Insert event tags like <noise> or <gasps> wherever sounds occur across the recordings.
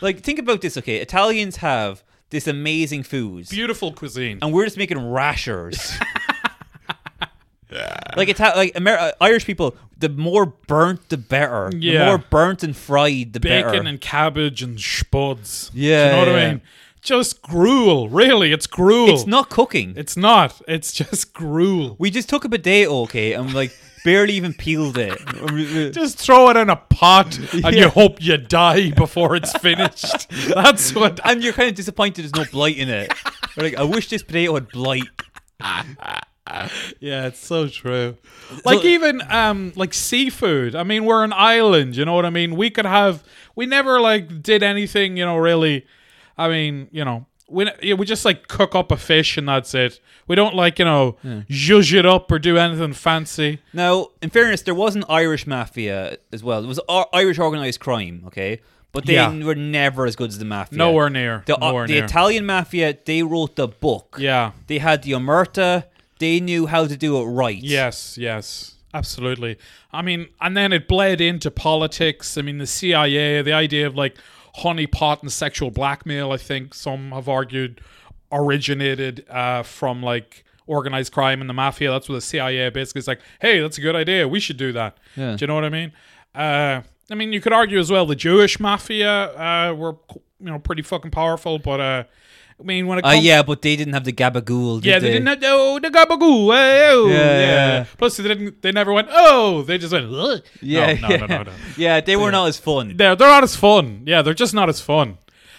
Like, think about this, okay? Italians have this amazing food, Beautiful cuisine. and we're just making rashers. <laughs> Like, Ita- like Amer- uh, Irish people, the more burnt, the better. Yeah. The more burnt and fried, the Bacon better. and cabbage and spuds. Yeah, Do you know what yeah. I mean? Just gruel. Really, it's gruel. it's not cooking. It's not. It's just gruel. we just took a potato, okay, and like barely even peeled it. <laughs> Just throw it in a pot <laughs> and you hope you die before it's finished. That's what. and you're kind of disappointed there's no blight in it. You're like, I wish this potato had blight. Yeah, it's so true. Like even um like seafood. I mean, we're an island, you know what I mean? We could have we never like did anything, you know, really. I mean, you know, we yeah, we just like cook up a fish and that's it. We don't like, you know, zhuzh it up or do anything fancy. Now, in fairness, there was an Irish mafia as well. It was I- Irish organized crime, okay? But they Yeah. were never as good as the mafia. Nowhere near. The, uh, nowhere the near. Italian mafia, they wrote the book. yeah. They had the omerta. They knew how to do it right. Yes, yes, absolutely. I mean, and then it bled into politics. I mean, the CIA, the idea of like honeypot and sexual blackmail, I think some have argued originated uh, from like organized crime and the mafia. That's where the CIA basically is like, hey, that's a good idea. We should do that. Do you know what I mean? Uh, I mean, you could argue as well the Jewish mafia uh, were, you know, pretty fucking powerful, but uh, I mean, when it Uh, comes yeah, but they didn't have the gabagool. Did Oh. yeah, they, they didn't. Oh, the gabagoo. eh, Oh, Yeah, yeah, yeah. Plus, they didn't. They never went. Oh, they just went. Ugh. Yeah, no, yeah. no, no, no, no. <laughs> Yeah, they were not as fun. They're they're not as fun. Yeah, they're just not as fun.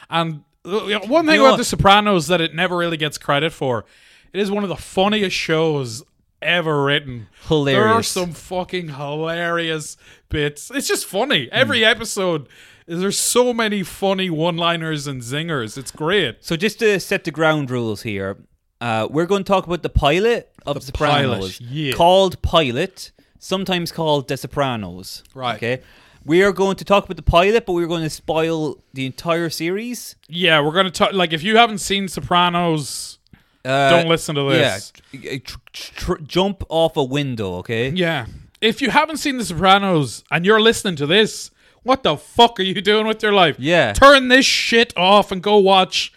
And uh, you know, one thing know about what? The Sopranos that it never really gets credit for, it is one of the funniest shows ever written. There are Hilarious. some fucking hilarious bits. It's just funny. Hmm. Every episode, there's so many funny one-liners and zingers. It's great. So just to set the ground rules here, uh, we're going to talk about the pilot of The Sopranos, pilot, yeah. called Pilot, sometimes called The Sopranos. Right. Okay. We are going to talk about the pilot, but we're going to spoil the entire series. Yeah, we're gonna talk. Like, if you haven't seen Sopranos, Uh, don't listen to this. Yeah. Tr- tr- tr- jump off a window, okay? Yeah. If you haven't seen The Sopranos and you're listening to this, what the fuck are you doing with your life? Yeah. Turn this shit off and go watch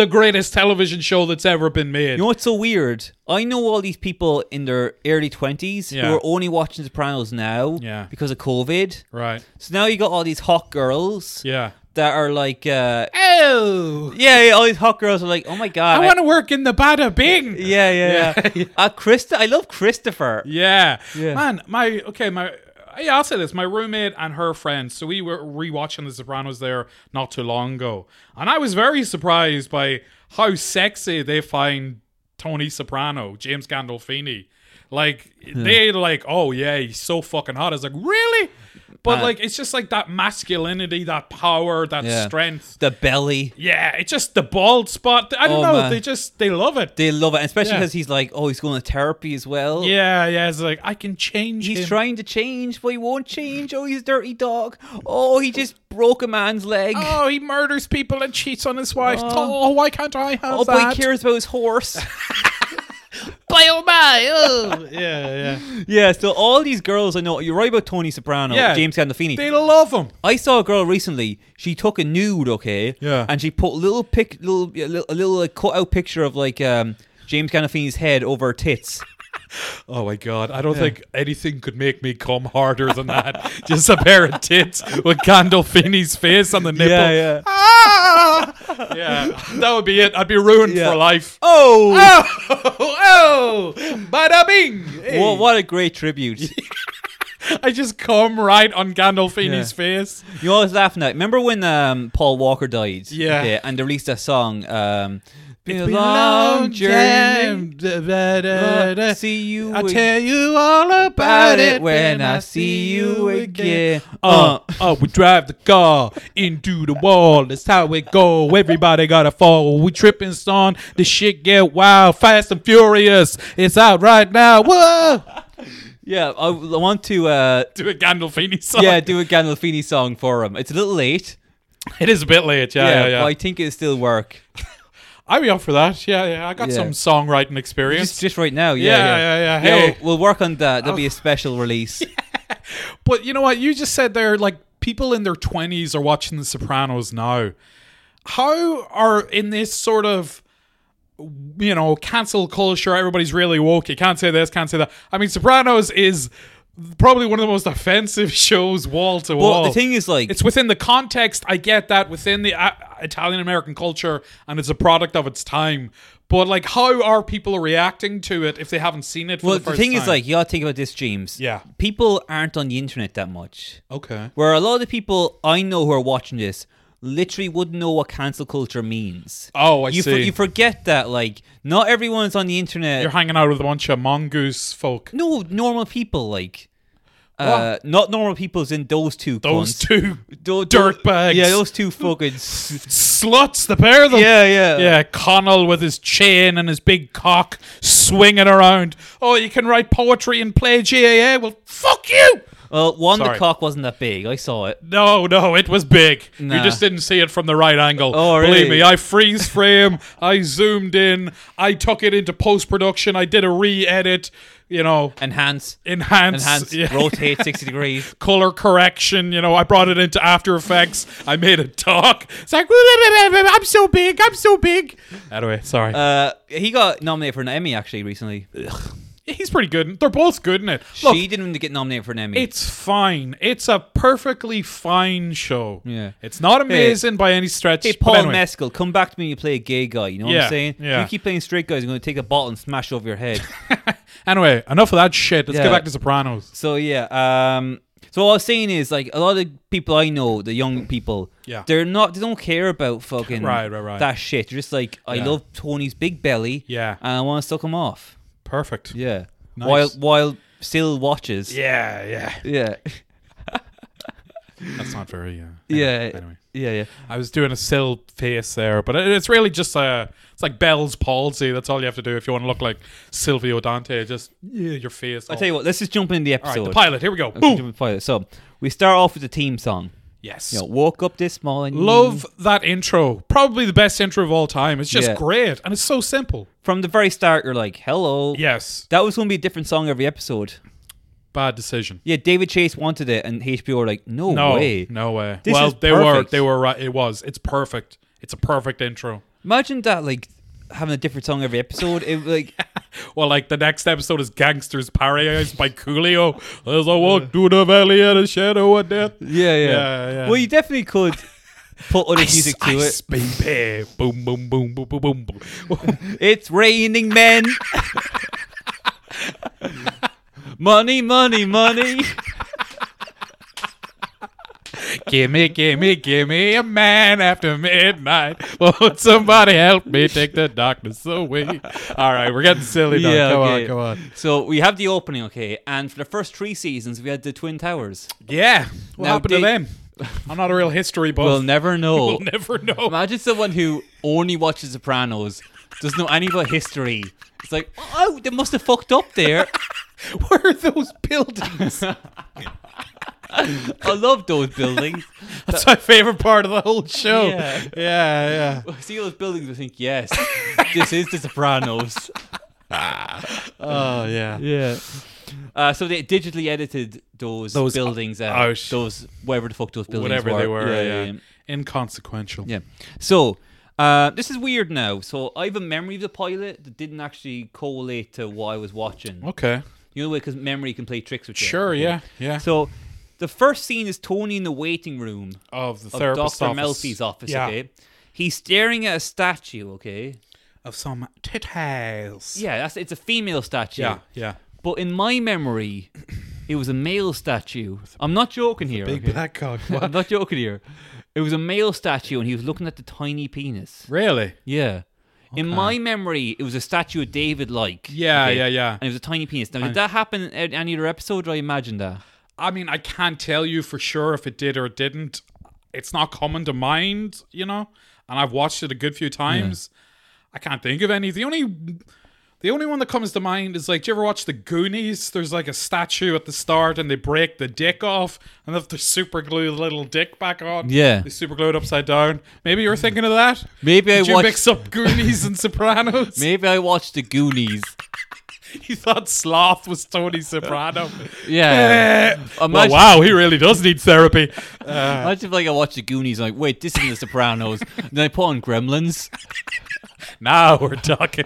the greatest television show that's ever been made. You know what's so weird? I know all these people in their early 20s Yeah. who are only watching Sopranos now Yeah. because of COVID. right. So now you got all these hot girls Yeah. that are like uh, Oh. Yeah, yeah, all these hot girls are like, oh my god. I I- want to work in the Bada Bing. yeah, yeah, <laughs> yeah. uh, Christa, I love Christopher. Yeah. Yeah. Man, my okay, my yeah, I'll say this. My roommate and her friend, so we were rewatching The Sopranos there not too long ago. And I was very surprised by how sexy they find Tony Soprano, James Gandolfini. Like they like, oh yeah, he's so fucking hot. I was like, really? But Man. like it's just like that masculinity, that power, that Yeah. strength. The belly. Yeah, it's just the bald spot. I don't Oh, know. man. They just they love it. They love it, and especially Yeah. because he's like, oh, he's going to therapy as well. yeah, yeah. It's like I can change He's him. trying to change, but he won't change. Oh, he's a dirty dog. Oh, he just broke a man's leg. Oh, Oh, he murders people and cheats on his wife. Oh. Oh, why can't I have that? but he cares about his <laughs> horse. By oh my, oh. yeah, yeah. yeah, so all these girls I know, you're right about Tony Soprano, Yeah. James Gandolfini. They love him. I saw a girl recently. She took a nude, okay, Yeah. and she put little pic, little, a little, a little like, cut out picture of like um, James Gandolfini's head over her tits. Oh my god, I don't think anything could make me come harder than that. <laughs> Just a pair of tits with Gandolfini's face on the nipple. <laughs> yeah. Ah! yeah, that would be it. I'd be ruined Yeah. for life. Oh, Oh, <laughs> oh, bada bing. Hey. Well, what a great tribute! <laughs> you I just come right on Gandolfini's Yeah. face. know, I was laughing at. Remember when um, Paul Walker died? Yeah. and they released that song. Um, been a Been long, long journey. time. Da- da- da- Uh, da. see you. I'll ag- tell you all about it when I see you again. Oh. Uh, uh, we drive the car into the wall. That's how it go. Everybody gotta fall. We tripping son. The shit get wild, fast and furious. It's out right now. Whoa! Yeah, I, I want to. Uh, <laughs> <laughs> Do a Gandolfini song. yeah, do a Gandolfini song for him. It's a little late. it is a bit late. Yeah, yeah, yeah. but I think it'll still work. I'd be up for that. Yeah, yeah. I got Yeah. some songwriting Just, experience. just right now, yeah, Yeah, yeah, yeah, yeah. Hey. Oh. <laughs> we'll, we'll work on that. That'll be a special release. But you know what? You just said there, like people in their 20s are watching The Sopranos now. How are in this sort of you know, cancel culture, everybody's really woke. You can't say this, can't say that. I mean, Sopranos is probably one of the most offensive <laughs> shows wall to wall. Well, the thing is, like, It's within the context. I get that within the uh, Italian American culture, and it's a product of its time. But like, how are people reacting to it if they haven't seen it? For well, the, the first thing is, time? like, you gotta think about this, James. Yeah. People aren't on the internet that much. okay, Where a lot of the people I know who are watching this literally wouldn't know what cancel culture means. Oh, I you see. you forget that, like, not everyone's on the internet. you're hanging out with a bunch of mongoose folk. no, normal people, like. Uh, not normal people's in those two. Those cunts. two Tho- tho- dirtbags. Yeah, those two <laughs> fucking. s- sluts, the pair of them. yeah, yeah, Yeah, Connell with his chain and his big cock swinging around. Oh, you can write poetry and play GAA. Well, fuck you. Well, one, Sorry. the cock wasn't that big. I saw it. No, no, it was big. You Nah. just didn't see it from the right angle. Oh, Believe really? me, I freeze frame, I zoomed in, I took it into post production, I did a re edit, you know, Enhance, enhance, enhance, yeah, rotate <laughs> sixty degrees. color correction, you know, I brought it into After Effects, I made it talk. It's like, I'm so big, I'm so big. Anyway, sorry. Uh, he got nominated for an Emmy actually recently. He's pretty good. They're both good in it. Look, she didn't get nominated for an Emmy. It's fine. It's a perfectly fine show. Yeah. It's not amazing by any stretch. hey, but Paul anyway. Mescal, come back to me. when You play a gay guy. You know what Yeah, I'm saying? yeah. You keep playing straight guys. You're going to take a bottle and smash over your <laughs> head. Anyway, enough of that shit. Let's Yeah. get back to Sopranos. so yeah. Um. So what I was saying is like a lot of people I know, the young people, Yeah. they're not. They don't care about fucking Right, right, right. that shit. They're just like, I Yeah. love Tony's big belly. Yeah. And I want to suck him off. Perfect. Yeah, Yeah. Nice. While while still watches. yeah. <laughs> Yeah. That's not very. Uh, Yeah. anyway, Anyway. Yeah. Yeah. I was doing a sill face there, but it- it's really just uh, it's like Bell's palsy. That's all you have to do if you want to look like Silvio Dante. Just yeah, your face. I tell you what. Let's just jump into the all episode. right, the pilot. Here we go. Okay, Boom. jump into the pilot. So we start off with the theme song. Yes. You know, woke up this morning. Love that intro. Probably the best intro of all time. It's just Yeah. great, and it's so simple. From the very start, you're like, hello. Yes. That was going to be a different song every episode. Bad decision. Yeah, David Chase wanted it, and HBO were like, no, No way. No way. This well, is they were. perfect. They were right. It was. It's perfect. It's a perfect intro. Imagine that, like, having a different song every episode. It like, Well, like the next episode is Gangsters Paradise by Coolio. As I walk through the valley of the shadow of death. <laughs> yeah, yeah. Yeah, yeah. Well, you definitely could put <laughs> other music to Ice, baby. Boom, boom, boom, boom, boom, boom. boom. <laughs> it. It's raining <laughs> men. money, money, money. gimme, gimme, gimme a man after midnight. Won't somebody help me take the darkness away? All right, we're getting silly now. <laughs> Yeah, come okay. on, come on. So we have the opening, okay, and for the first three seasons, we had the Twin Towers. Yeah. What Now, happened to Dave- them? I'm not a real history buff. We'll <laughs> never know. Oh. We'll never know. Imagine someone who only watches Sopranos, doesn't know any about history. It's like, oh, they must have fucked up <laughs> there. Where are those <laughs> buildings? I love those buildings. That's my favorite part of the whole show. Yeah. yeah. yeah. I see those buildings, I think, <laughs> yes, this is the Sopranos. Oh, yeah. Yeah. Uh, so they digitally edited those, Those- buildings out. oh, sh- those whatever the fuck those buildings Whatever they were. were, yeah, yeah. inconsequential. Yeah. So uh, this is weird now. So I have a memory of the pilot that didn't actually correlate to what I was watching. Okay. You know, because memory can play tricks with you. Oh. Sure. Okay. Yeah. Yeah. So the first scene is Tony in the waiting room of the of therapist Dr. office. Melfi's office, Yeah. okay? He's staring at a statue, okay? Of some titties. Yeah, that's it's a female statue. Yeah. Yeah. But in my memory, it was a male statue. I'm not joking here. Big okay? black <laughs> cock. <laughs> I'm not joking here. It was a male statue and he was looking at the tiny penis. really? Yeah. In my memory, it was a statue of David like. Yeah, yeah, yeah. And it was a tiny penis. Now, did that happen in any other episode? Did I imagine that? I mean, I can't tell you for sure if it did or it didn't. It's not coming to mind, you know. And I've watched it a good few times. I can't think of any. The only, the only one that comes to mind is like, do you ever watch the Goonies? There's like a statue at the start, and they break the dick off, and if they super glue the little dick back on, Yeah. they super glue it upside down. Maybe you're thinking of that. Maybe I Did you watched- <laughs> mix up Goonies and Sopranos? Maybe I watched the Goonies. he thought Sloth was Tony <laughs> Soprano. <laughs> Uh, Yeah. Well, Imagine- wow, he really does need therapy. Imagine if like I watch the Goonies and like, wait, this isn't the Sopranos. <laughs> and then I put on Gremlins. Now we're talking.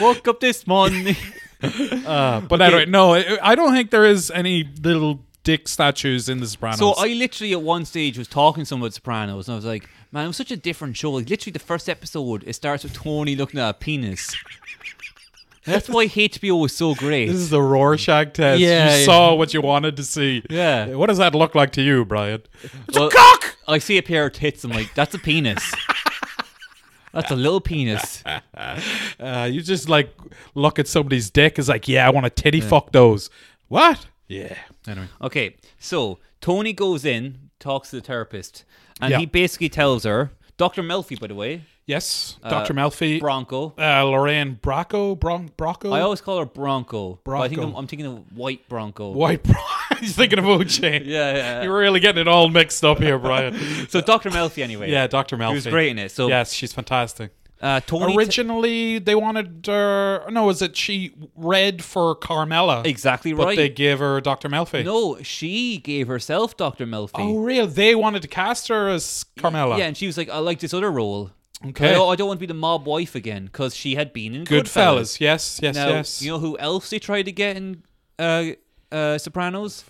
Woke up this morning. <laughs> But anyway, no, I- I don't think there is any little dick statues in The Sopranos. so I literally at one stage was talking to someone about Sopranos and I was like, man, it was such a different show. Like literally the first episode, it starts with Tony looking at a penis. That's why HBO was so great. this is the Rorschach test. Yeah, you yeah. saw what you wanted to see. Yeah. What does that look like to you, Brian? It's Well- a cock. I see a pair of tits. I'm like, that's a <laughs> penis. That's a little penis. Uh, you just like look at somebody's dick. Is like, yeah, I want to titty fuck those. What? Yeah. Anyway. Okay, so Tony goes in, talks to the therapist, and Yeah. he basically tells her, Dr. Melfi, by the way, Yes, Dr. Melfi. Bronco. uh, Lorraine Bracco, Bron- Bracco, I always call her Bronco. but I think Bronco. I'm, I'm thinking of White Bronco. White. Bro- <laughs> He's thinking of Uche. Yeah, yeah, yeah. You're really getting it all mixed up <laughs> here, Brian. So Dr. Melfi, anyway. yeah, Dr. Melfi. He was great in it. So Yes, she's fantastic. uh, Tony. t- Originally, they wanted. Uh, no, is it she read for Carmela? exactly But right. they gave her Dr. Melfi. no, she gave herself Dr. Melfi. Oh, real? They wanted to cast her as Carmela. Yeah, and she was like, I like this other role. Okay. I don't, I don't want to be the mob wife again because she had been in Goodfellas. Goodfellas. Yes, yes, Now, yes. you know who else they tried to get in uh, uh, Sopranos?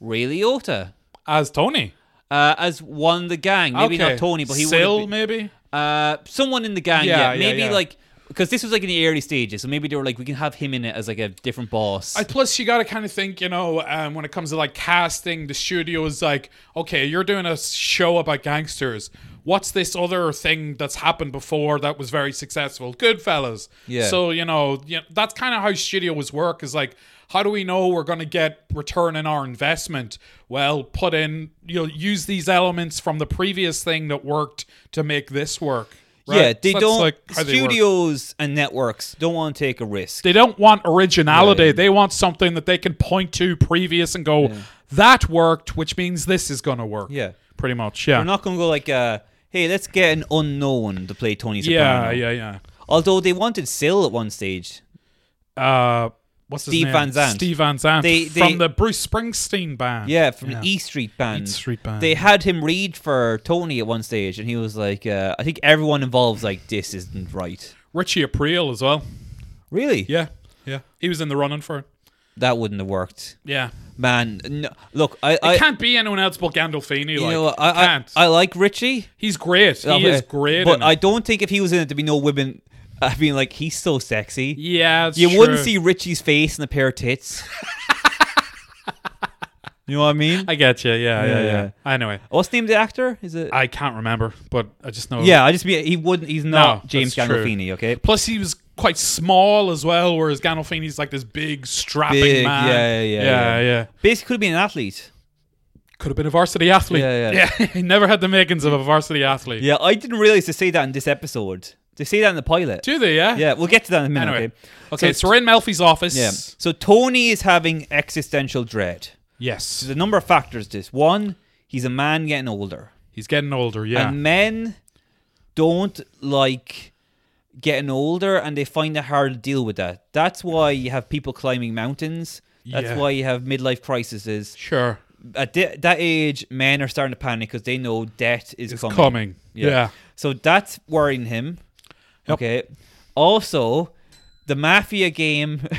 Ray Liotta. as Tony. Uh, as one of the gang. Maybe okay. not Tony, but he Sil, would. maybe? Uh, someone in the gang, Yeah, yeah. yeah, Maybe yeah. like. Because this was like in the early stages, so maybe they were like, we can have him in it as like a different boss. I, plus, you got to kind of think, you know, um, when it comes to like casting, the studio is like, okay, you're doing a show about gangsters. What's this other thing that's happened before that was very successful? Goodfellas. Yeah. So you know, you that's kind of how studios work. Is like, how do we know we're going to get return in our investment? Well, put in, you know, use these elements from the previous thing that worked to make this work. right? Yeah, they So that's, don't. how they work. studios and networks don't want to take a risk. They don't want originality. Yeah. They want something that they can point to previous and go, that worked, which means this is going to work. Yeah. Pretty much. Yeah. They're not going to go like, uh, hey, let's get an unknown to play Tony yeah, Soprano. yeah, yeah, Although they wanted Sil at one stage. Uh, what's his Steve name? Van Zandt. Steve Van Zandt. They- from they- the Bruce Springsteen band. Yeah, from Yeah. the E Street Band. Eat Street Band. They had him read for Tony at one stage, and he was like, uh, I think everyone involved's like, this isn't right. Richie Aprile as well. Really? Yeah. Yeah. He was in the running for it. That wouldn't have worked. Yeah. Man, no, look, I. It I can't be anyone else but Gandolfini. you like, know, I, I, can't. I like Richie. uh, He's great. He is great. But in I it. don't think if he was in it, there'd be no women <laughs> uh, being like, he's so sexy. Yeah. it's You wouldn't true. see Richie's face in a pair of tits. you know what I mean? I get you. yeah, Yeah, yeah. yeah. Anyway. What's the name of the actor? Is it? I can't remember, but I just know. yeah, I just mean he wouldn't. He's not No, James that's true. Gandolfini. Okay. Plus, he was quite small as well, whereas Gandolfini's like this big, strapping Big, man. yeah, yeah, yeah, yeah. Basically, could have been an athlete. Could have been a varsity athlete. Yeah, yeah. <laughs> he never had the makings of a varsity athlete. Yeah, I didn't realize they say that in this episode. They say that in the pilot. Do they? Yeah. yeah, we'll get to that in a minute. Anyway, okay, Okay. so, we're in Melfi's office. yeah. So Tony is having existential dread. Yes, There's a number of factors. to This one, he's a man getting older, he's getting older. Yeah. and men don't like getting older, and they find it hard to deal with that. That's why you have people climbing mountains. That's Yeah. why you have midlife crises. sure. at thi- that age, men are starting to panic because they know debt is It's coming. coming. Yeah. So that's worrying him. Yep. Okay. Also, the mafia game. <laughs>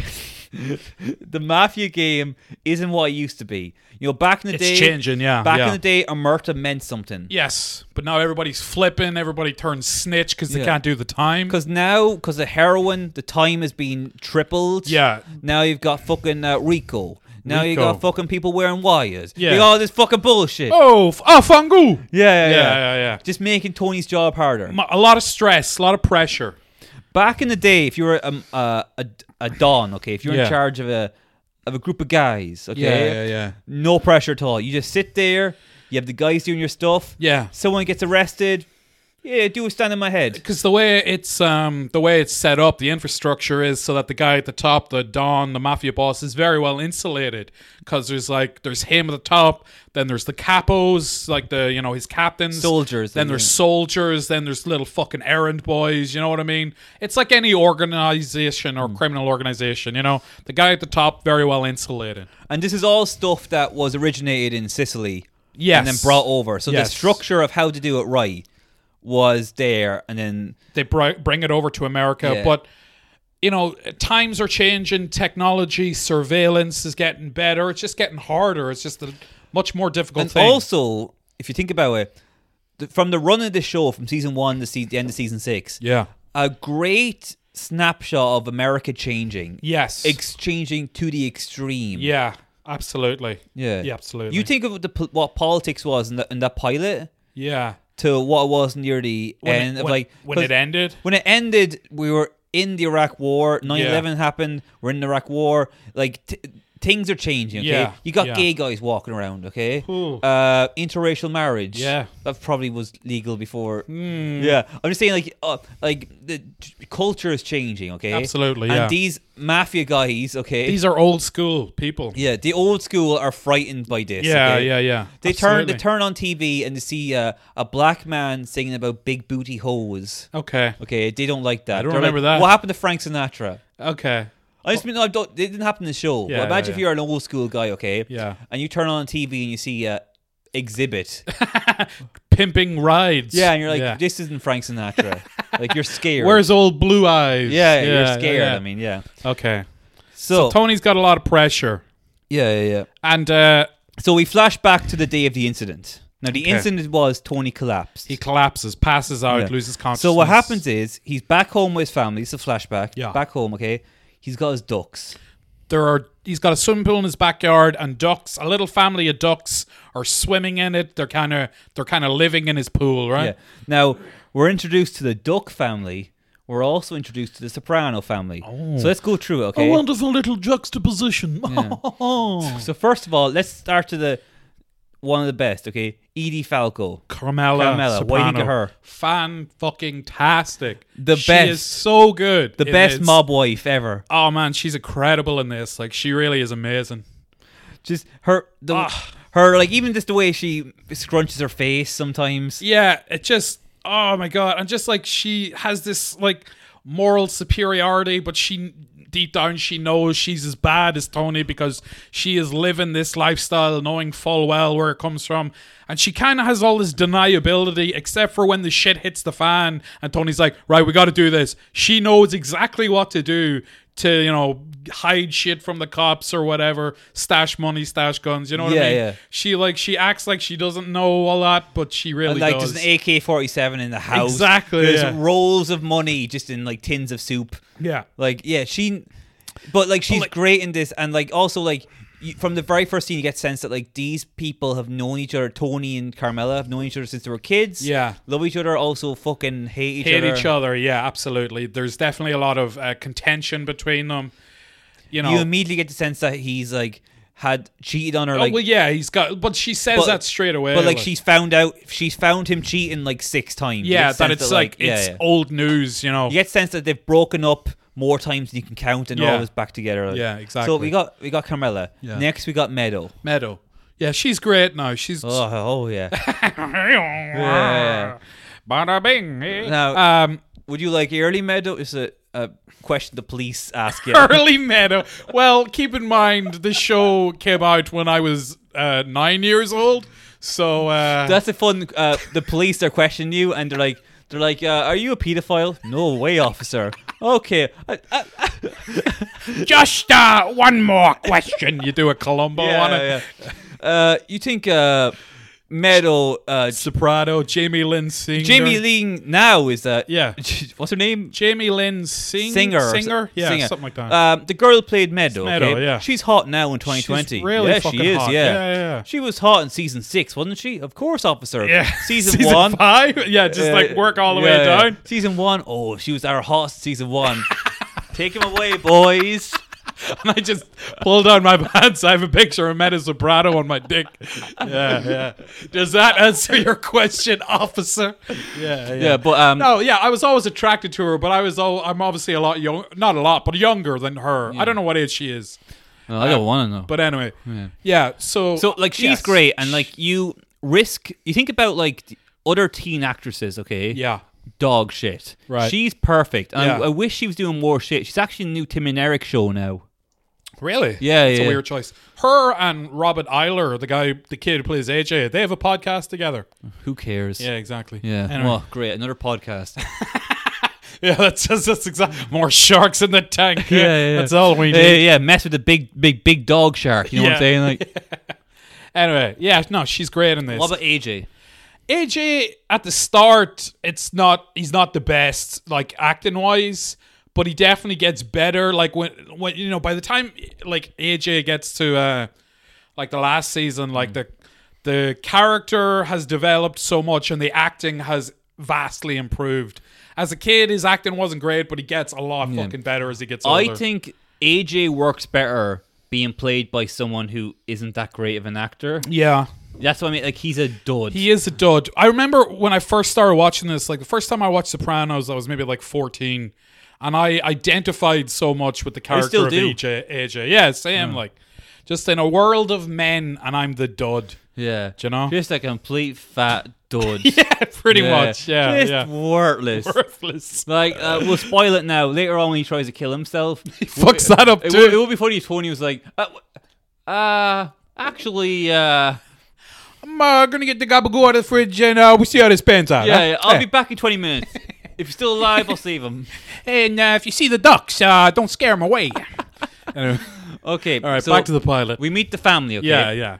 the mafia game isn't what it used to be. You know, back in the It's day, changing, yeah, Back yeah. in the day, a murder meant something. Yes, but now everybody's flipping. Everybody turns snitch because they Yeah. can't do the time. Because now, because of heroin, the time has been tripled. Yeah. Now you've got fucking uh, Rico. Now you Rico. got fucking people wearing wires. Yeah. You got all this fucking bullshit. Oh, f- oh, fungu. Yeah, yeah, yeah, yeah. yeah, yeah. Just making Tony's job harder. M- A lot of stress, a lot of pressure. Back in the day, if you were um, uh, a a don, okay, if you're Yeah. in charge of a of a group of guys, okay, yeah. no pressure at all. You just sit there. You have the guys doing your stuff. Yeah. Someone gets arrested. Yeah, do a stand in my head. because the way it's um the way it's set up, the infrastructure is so that the guy at the top, the Don, the mafia boss, is very well insulated. Because there's like there's him at the top, then there's the capos, like the you know his captains, Soldiers, Then yeah. there's soldiers. Then there's little fucking errand boys. You know what I mean? It's like any organization or criminal organization. You know, the guy at the top very well insulated. And this is all stuff that was originated in Sicily. Yes. And then brought over. So Yes. the structure of how to do it right was there. And then they br- bring it over to America. Yeah. But you know, times are changing. Technology surveillance is getting better. It's just getting harder. It's just a much more difficult And thing. also, if you think about it, th- from the run of the show from season one to se- the end of season six, yeah. a great snapshot of America changing, Yes. ex- changing to the extreme. yeah. Absolutely. yeah, Yeah. Absolutely. You think of the, pol- what politics was in, the, in that pilot yeah. to what it was near the When end it, of when, like when 'cause it ended. when it ended, we were in the Iraq War. 9-11 happened. We're in the Iraq War. Like t- things are changing. Okay, Yeah, you got yeah. gay guys walking around. Okay, Ooh. uh, interracial marriage. Yeah. Hmm. that probably was legal before. Yeah, I'm just saying like uh, like the t- culture is changing. Okay, Absolutely, And yeah. these mafia guys. Okay. These are old school people. yeah, the old school are frightened by this. Yeah. okay? Yeah. Yeah. They turn they Absolutely. turn on TV and they see uh, a black man singing about big booty hoes. Okay. Okay, they don't like that. I don't They're like, remember that. What happened to Frank Sinatra? Okay. I just mean, no, I don't, it didn't happen in the show. Yeah, but imagine yeah, if you're an old school guy, okay? Yeah. And you turn on TV and you see uh, <laughs> Exhibit. Pimping rides. yeah, and you're like, this isn't Frank <laughs> Sinatra. like, you're scared. Where's old blue eyes? Yeah, you're scared. yeah. I mean, yeah. Okay. So, Tony's got a lot of pressure. yeah, yeah, yeah. And uh, So we flash back to the day of the incident. Now, the Okay. incident was Tony collapsed. He collapses, passes out, Yeah. loses consciousness. so what happens is he's back home with his family. It's a flashback. Yeah. Back home, okay? He's got his ducks. There are he's got a swimming pool in his backyard, and ducks, a little family of ducks, are swimming in it. They're kind of they're kind of living in his pool, Yeah. right? <laughs> Now we're introduced to the Duck family. We're also introduced to the Soprano family. So let's go through it, okay? Oh, wonderful little juxtaposition. <laughs> so first of all, let's start to the one of the best, okay? Edie Falco. Carmela, Carmela, what do you think of her? Fan fucking tastic. The she is best. so good. The in best this. mob wife ever. Oh man, she's incredible in this. Like she really is amazing. Just her the Ah. her like even just the way she scrunches her face sometimes. Yeah, it just oh my god, and just like she has this like moral superiority, but she deep down she knows she's as bad as Tony because she is living this lifestyle, knowing full well where it comes from, and she kind of has all this deniability, except for when the shit hits the fan, and Tony's like, right, we got to do this. She knows exactly what to do to you know hide shit from the cops or whatever stash money stash guns you know what Yeah, i mean yeah. she like she acts like she doesn't know a lot but she really And like does. there's an AK forty seven in the house. Exactly, There's yeah. rolls of money just in like tins of soup. Yeah. Like yeah, she, but like she's like- great in this, and like also like you, from the very first scene, you get sense that like these people have known each other. Tony and Carmela have known each other since they were kids. Yeah. love each other. Also, fucking hate each Hate other. each other. Yeah, absolutely. There's definitely a lot of uh, contention between them. You know. You immediately get the sense that he's like had cheated on her. oh, like, well, yeah, he's got. But she says But- that straight away. but like she's found out, she's found him cheating like six times. You Yeah, get the that sense it's like, yeah, it's yeah. old news. You know. You get sense that they've broken up more times than you can count, and they're Yeah. always back together. like. Yeah, So exactly. we got we got Carmela. Yeah. Next we got Meadow. Meadow. Yeah, she's great now. She's. Oh, oh yeah. yeah. <laughs> Bada bing. eh? Now- um, <laughs> Would you like early meadow? Is a, a question the police ask <laughs> you. early Meadow. Well, keep in mind the show came out when I was uh, nine years old. <laughs> So uh, That's a fun. Uh, the police are questioning you, and they're like, they're like, uh, "Are you a pedophile?" No way, officer. Okay. I, I, just uh, one more question. You do a Columbo on it. yeah, yeah. Uh, you think uh, meadow? Uh, Soprano, Jamie Lynn Singer. Jamie Lee now is that? Yeah. <laughs> What's her name? Jamie Lynn Sing- Singer, or Singer? so- Yeah, singer. something like that. Um, the girl played Meadow. Meadow, okay? yeah. she's hot now in 2020. She's really yeah, fucking she is. hot. Yeah. Yeah, yeah, yeah. she was hot in season six, wasn't she? Of course, officer. yeah. <laughs> season, one. Five? Yeah, just like Uh, work all the yeah, way yeah. down. <laughs> <laughs> Season one. Oh, she was our host. Season one. Take him away, boys. and I just pull down my <laughs> pants. I have a picture of Meta Soprano on my <laughs> dick. Yeah, yeah. Does that answer your question, <laughs> officer? Yeah, Yeah, but um, No, yeah, I was always attracted to her, but I was all, I'm obviously a lot young, not a lot, but younger than her. I don't know what age she is, no, oh, I don't want to know. um, but anyway, yeah. so So like she's yes. great, and like you risk. You think about like the other teen actresses, okay? yeah, Dog shit. Right. She's perfect. And Yeah. I, I wish she was doing more shit. She's actually in the new Tim and Eric show now. really, Yeah, it's yeah. a weird choice. Her and Robert Eiler, the guy, the kid who plays AJ, they have a podcast together. Who cares? Yeah, exactly. Yeah. Anyway. Well, great. Another <laughs> podcast. Yeah, that's just that's exact. More sharks in the tank. <laughs> Yeah, that's all we need. Yeah, yeah. Mess with the big, big, big dog shark. You know what I'm Yeah. saying? <laughs> Like, Anyway, yeah, no, she's great in this. what about AJ? AJ at the start, it's not he's not the best like acting wise, but he definitely gets better. Like when when you know by the time like AJ gets to uh like the last season, like the the character has developed so much and the acting has vastly improved. As a kid, his acting wasn't great, but he gets a lot fucking better as he gets older. I think AJ works better being played by someone who isn't that great of an actor. yeah. That's what I mean. Like, he's a dud. He is a dud. I remember when I first started watching this, like the first time I watched Sopranos, I was maybe like 14, and I identified so much with the still character of do. AJ. AJ. Yeah, same. Like, just in a world of men, and I'm the dud. yeah. Do you know? Just a complete fat dud. <laughs> Yeah, pretty much. Yeah, Just yeah. worthless. <laughs> Worthless. Like, uh, we'll spoil it now. Later on, when he tries to kill <laughs> himself, Fucks that up it, would, it too. would be funny if Tony was like, uh, w- uh actually, uh, I'm uh, gonna get the gabagoo out of the fridge, and uh, we see how this pans out. yeah, huh? yeah, I'll be back in 20 minutes. If you're still alive, I'll save <laughs> him. And uh, if you see the ducks, uh, don't scare them away. anyway, Okay, all right, back to the pilot. We meet the family, okay? yeah, yeah,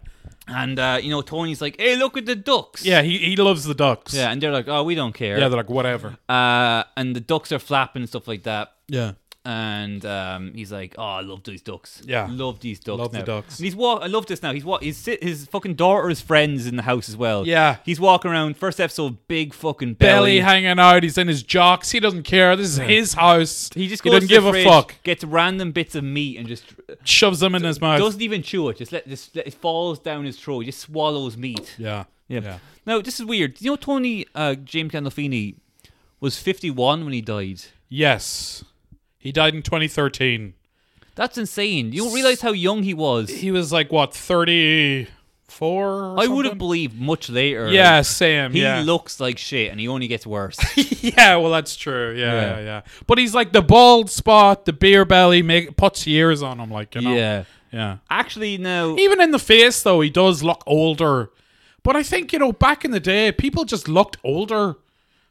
And, uh, you know, Tony's like, hey, look at the ducks. yeah. He he loves the ducks. Yeah, and they're like, oh, we don't care. yeah. They're like whatever. uh, and the ducks are flapping and stuff like that. Yeah. and um, he's like, "Oh, I love these ducks. Yeah. love these ducks. Love the now." ducks. And he's wa- I love this now. He's what his si- his fucking daughter's friends in the house as well. Yeah. he's walking around. First episode, big fucking belly belly. hanging out. He's in his jocks. He doesn't care. This is his house. he just he goes doesn't to give the a fridge, fuck. Gets random bits of meat and just Shoves them in his mouth. doesn't even chew it. Just let this let, it falls down his throat. He just swallows meat. yeah. Yeah. Now this is weird. Do you know Tony uh, James Gandolfini was fifty one when he died? Yes. He died in 2013. That's insane. You don't realize how young he was. He was like what 34. or I would have something? believed much later. Yeah, Sam. He yeah. looks like shit, and he only gets worse. <laughs> yeah. Well, that's true. Yeah, Yeah. yeah, yeah, But he's like the bald spot, the beer belly, make puts years on him, like you know. yeah. Yeah. Actually, no. Even in the face, though, he does look older. But I think, you know, back in the day, people just looked older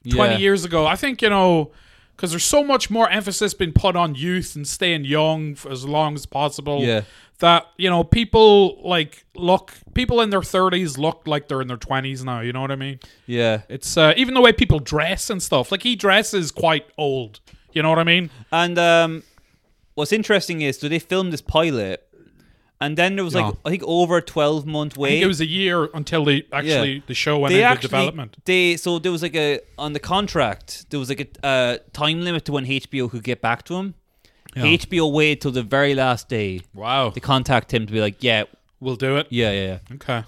20 Yeah. years ago. I think, you know, because there's so much more emphasis being put on youth and staying young for as long as possible. Yeah. That, you know, people like look, people in their 30s look like they're in their 20s now. You know what I mean? Yeah. It's uh, even the way people dress and stuff. Like, he dresses quite old. You know what I mean? And um, what's interesting is, so they filmed this pilot, and then there was like Yeah. I think over a twelve month wait. It was a year until the actually the show went they into actually development. they so there was like a on the contract there was like a uh, time limit to when HBO could get back to him. HBO waited till the very last day Wow. to contact him to be like, yeah, We'll do it. yeah, yeah, yeah. Okay.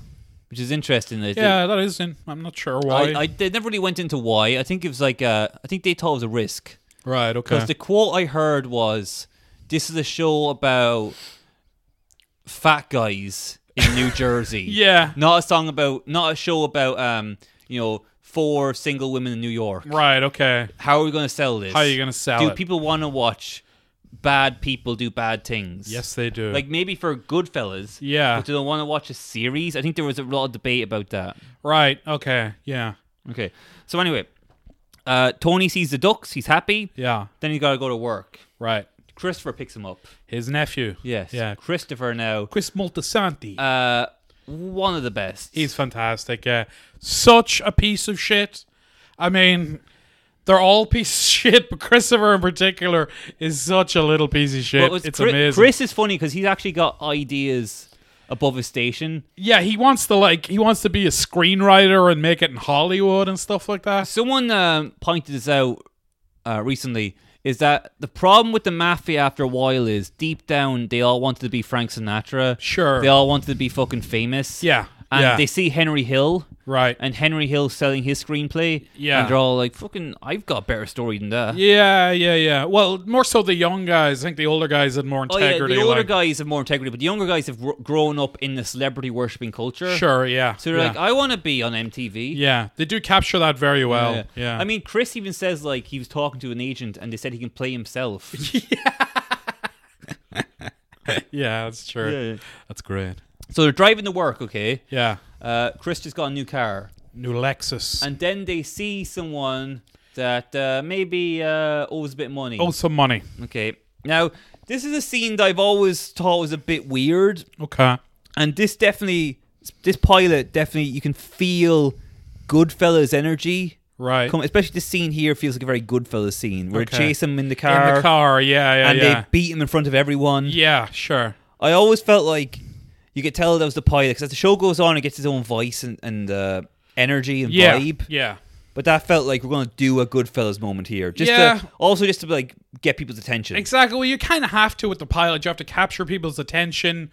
which is interesting. that they- Yeah, that is. In, I'm not sure why. I, I they never really went into why. I think it was like uh, I think they thought it was a risk. right. Okay. Because the quote I heard was, "This is a show about fat guys in <laughs> New Jersey. yeah. not a song about, not a show about, um, you know, four single women in New York. Right. Okay. How are we going to sell this? How are you gonna sell do it? people want to watch bad people do bad things? yes, they do. Like maybe for Goodfellas, Yeah. but do they want to watch a series? I think there was a lot of debate about that. right. Okay. Yeah. Okay, so anyway, uh, Tony sees the ducks. He's happy. Yeah. Then he's got to go to work. Right. Christopher picks him up. His nephew. Yes. Yeah. Christopher now. Chris Moltisanti. Uh, one of the best. He's fantastic. Yeah. Such a piece of shit. I mean, they're all piece of <laughs> shit, but Christopher in particular is such a little piece of shit. But It's Chris, amazing. Chris is funny because he's actually got ideas above his station. yeah, he wants to like he wants to be a screenwriter and make it in Hollywood and stuff like that. Someone um, pointed this out uh, recently. is that the problem with the mafia after a while is deep down they all wanted to be Frank Sinatra. Sure. They all wanted to be fucking famous. Yeah, And yeah. they see Henry Hill. Right. And Henry Hill selling his screenplay. Yeah. And they're all like, fucking, I've got a better story than that. Yeah, yeah, yeah. Well, more so the young guys. I think the older guys had more Oh, integrity. yeah, the older like- guys have more integrity, but the younger guys have gr- grown up in the celebrity worshipping culture. Sure, yeah. So they're yeah. like, I want to be on MTV. yeah, they do capture that very well. Yeah. I mean, Chris even says like he was talking to an agent and they said he can play <laughs> himself. yeah, that's true. That's great. So they're driving to work, okay? Yeah. Uh, Chris just got a new car. New Lexus. And then they see someone that uh, maybe uh, owes a bit of money. oh, some money. Okay. Now, this is a scene that I've always thought was a bit weird. Okay. And this definitely, this pilot definitely, you can feel Goodfellas energy. Right. Come, especially this scene here feels like a very Goodfellas scene where Okay. chase him in the car, In the car. Yeah, yeah, and yeah. they beat him in front of everyone. yeah, sure. I always felt like you could tell that was the pilot because as the show goes on, it gets its own voice and, and uh, energy and Yeah. vibe. Yeah. But that felt like we're going to do a Goodfellas moment here. Just Yeah. to, also just to like get people's attention. Exactly. Well, you kind of have to with the pilot. You have to capture people's attention,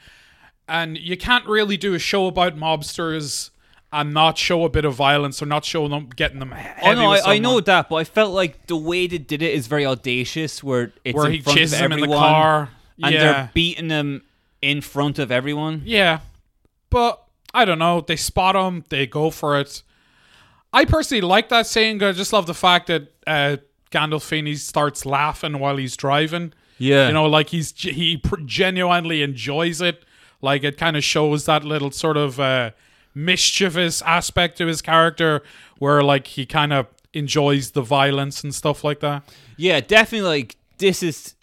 and you can't really do a show about mobsters and not show a bit of violence or not show them getting them heavy. Oh no, with I, I someone. know that, but I felt like the way they did it is very audacious. Where it's where in he front chases of him in everyone, the car. and yeah. they're beating him in front of everyone. yeah, but I don't know. They spot him. They go for it. I personally like that scene. 'cause I just love the fact that uh, Gandolfini starts laughing while he's driving. Yeah, You know, like he's he pr- genuinely enjoys it. Like it kind of shows that little sort of uh, mischievous aspect to his character, where like he kind of enjoys the violence and stuff like that. yeah, definitely. Like this is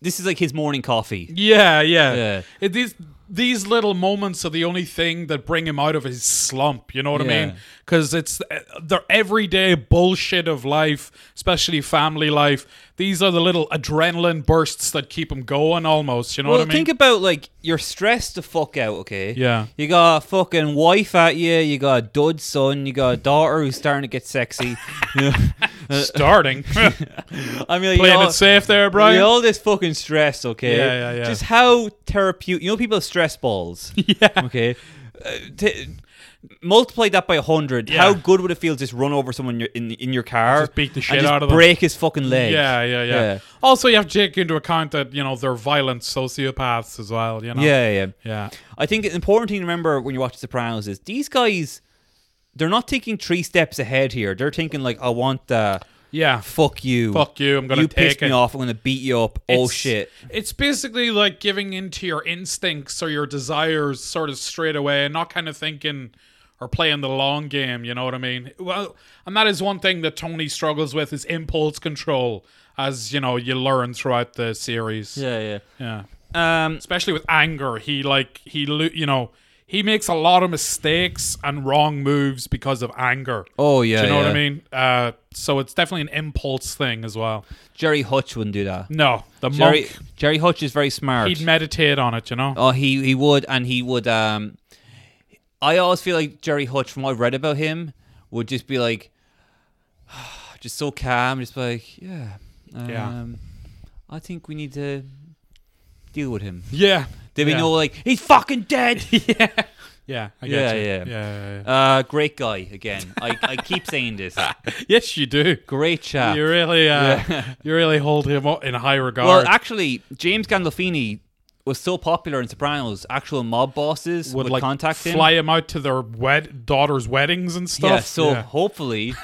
this is like his morning coffee. Yeah, yeah. Yeah. It, these these little moments are the only thing that bring him out of his slump. You know what I Yeah. mean? Because it's uh, the everyday bullshit of life, especially family life. These are the little adrenaline bursts that keep him going. Almost, you know well, what I mean? think about like you're stressed the fuck out. Okay, Yeah. you got a fucking wife at you. You got a dud son. You got a daughter who's starting to get <laughs> sexy. You know? <laughs> Starting. I mean, like, playing you know, it safe there, I mean, Brian. all this fucking stress, okay? Yeah, yeah, yeah. Just how therapeutic. You know, people have stress balls. <laughs> Yeah. Okay. Uh, t- multiply that by hundred. Yeah. How good would it feel to just run over someone in your- in, in your car, Just beat the and shit just out of them. break his fucking leg? Yeah, yeah, yeah, Yeah. Also, you have to take into account that you know they're violent sociopaths as well. You know. yeah, yeah. Yeah. I think an important thing to remember when you watch The Sopranos is these guys. They're not taking three steps ahead here. They're thinking like, "I want that. Yeah. Fuck you. Fuck you. I'm gonna you take pissed me it." off. I'm gonna beat you up. oh It's- shit. It's basically like giving into your instincts or your desires sort of straight away and not kind of thinking or playing the long game, you know what I mean? Well, and that is one thing that Tony struggles with is impulse control as, you know, you learn throughout the series. Yeah, yeah. yeah. Um, Especially with anger, he like he lo- you know, he makes a lot of mistakes and wrong moves because of anger. Oh yeah, Do you know what yeah. I mean? Uh, so it's definitely an impulse thing as well. Jerry Hutch wouldn't do that. No, the Jerry monk Jerry Hutch is very smart. he'd meditate on it, you know. oh, he he would, and he would. Um, I always feel like Jerry Hutch, from what I've read about him, would just be like, <sighs> just so calm, just be like, yeah, um, Yeah. I think we need to deal with him. Yeah. Did yeah. we know like he's fucking dead? Yeah. Yeah, I get you. yeah. yeah, yeah, uh, great guy again. I I keep saying this. yeah. <laughs> Yes, you do. Great chap. You really, uh, <laughs> you really hold him up in high regard. Well, actually, James Gandolfini was so popular in Sopranos, actual mob bosses would, like contact him. fly him out to their wed- daughter's weddings and stuff. yeah, so hopefully,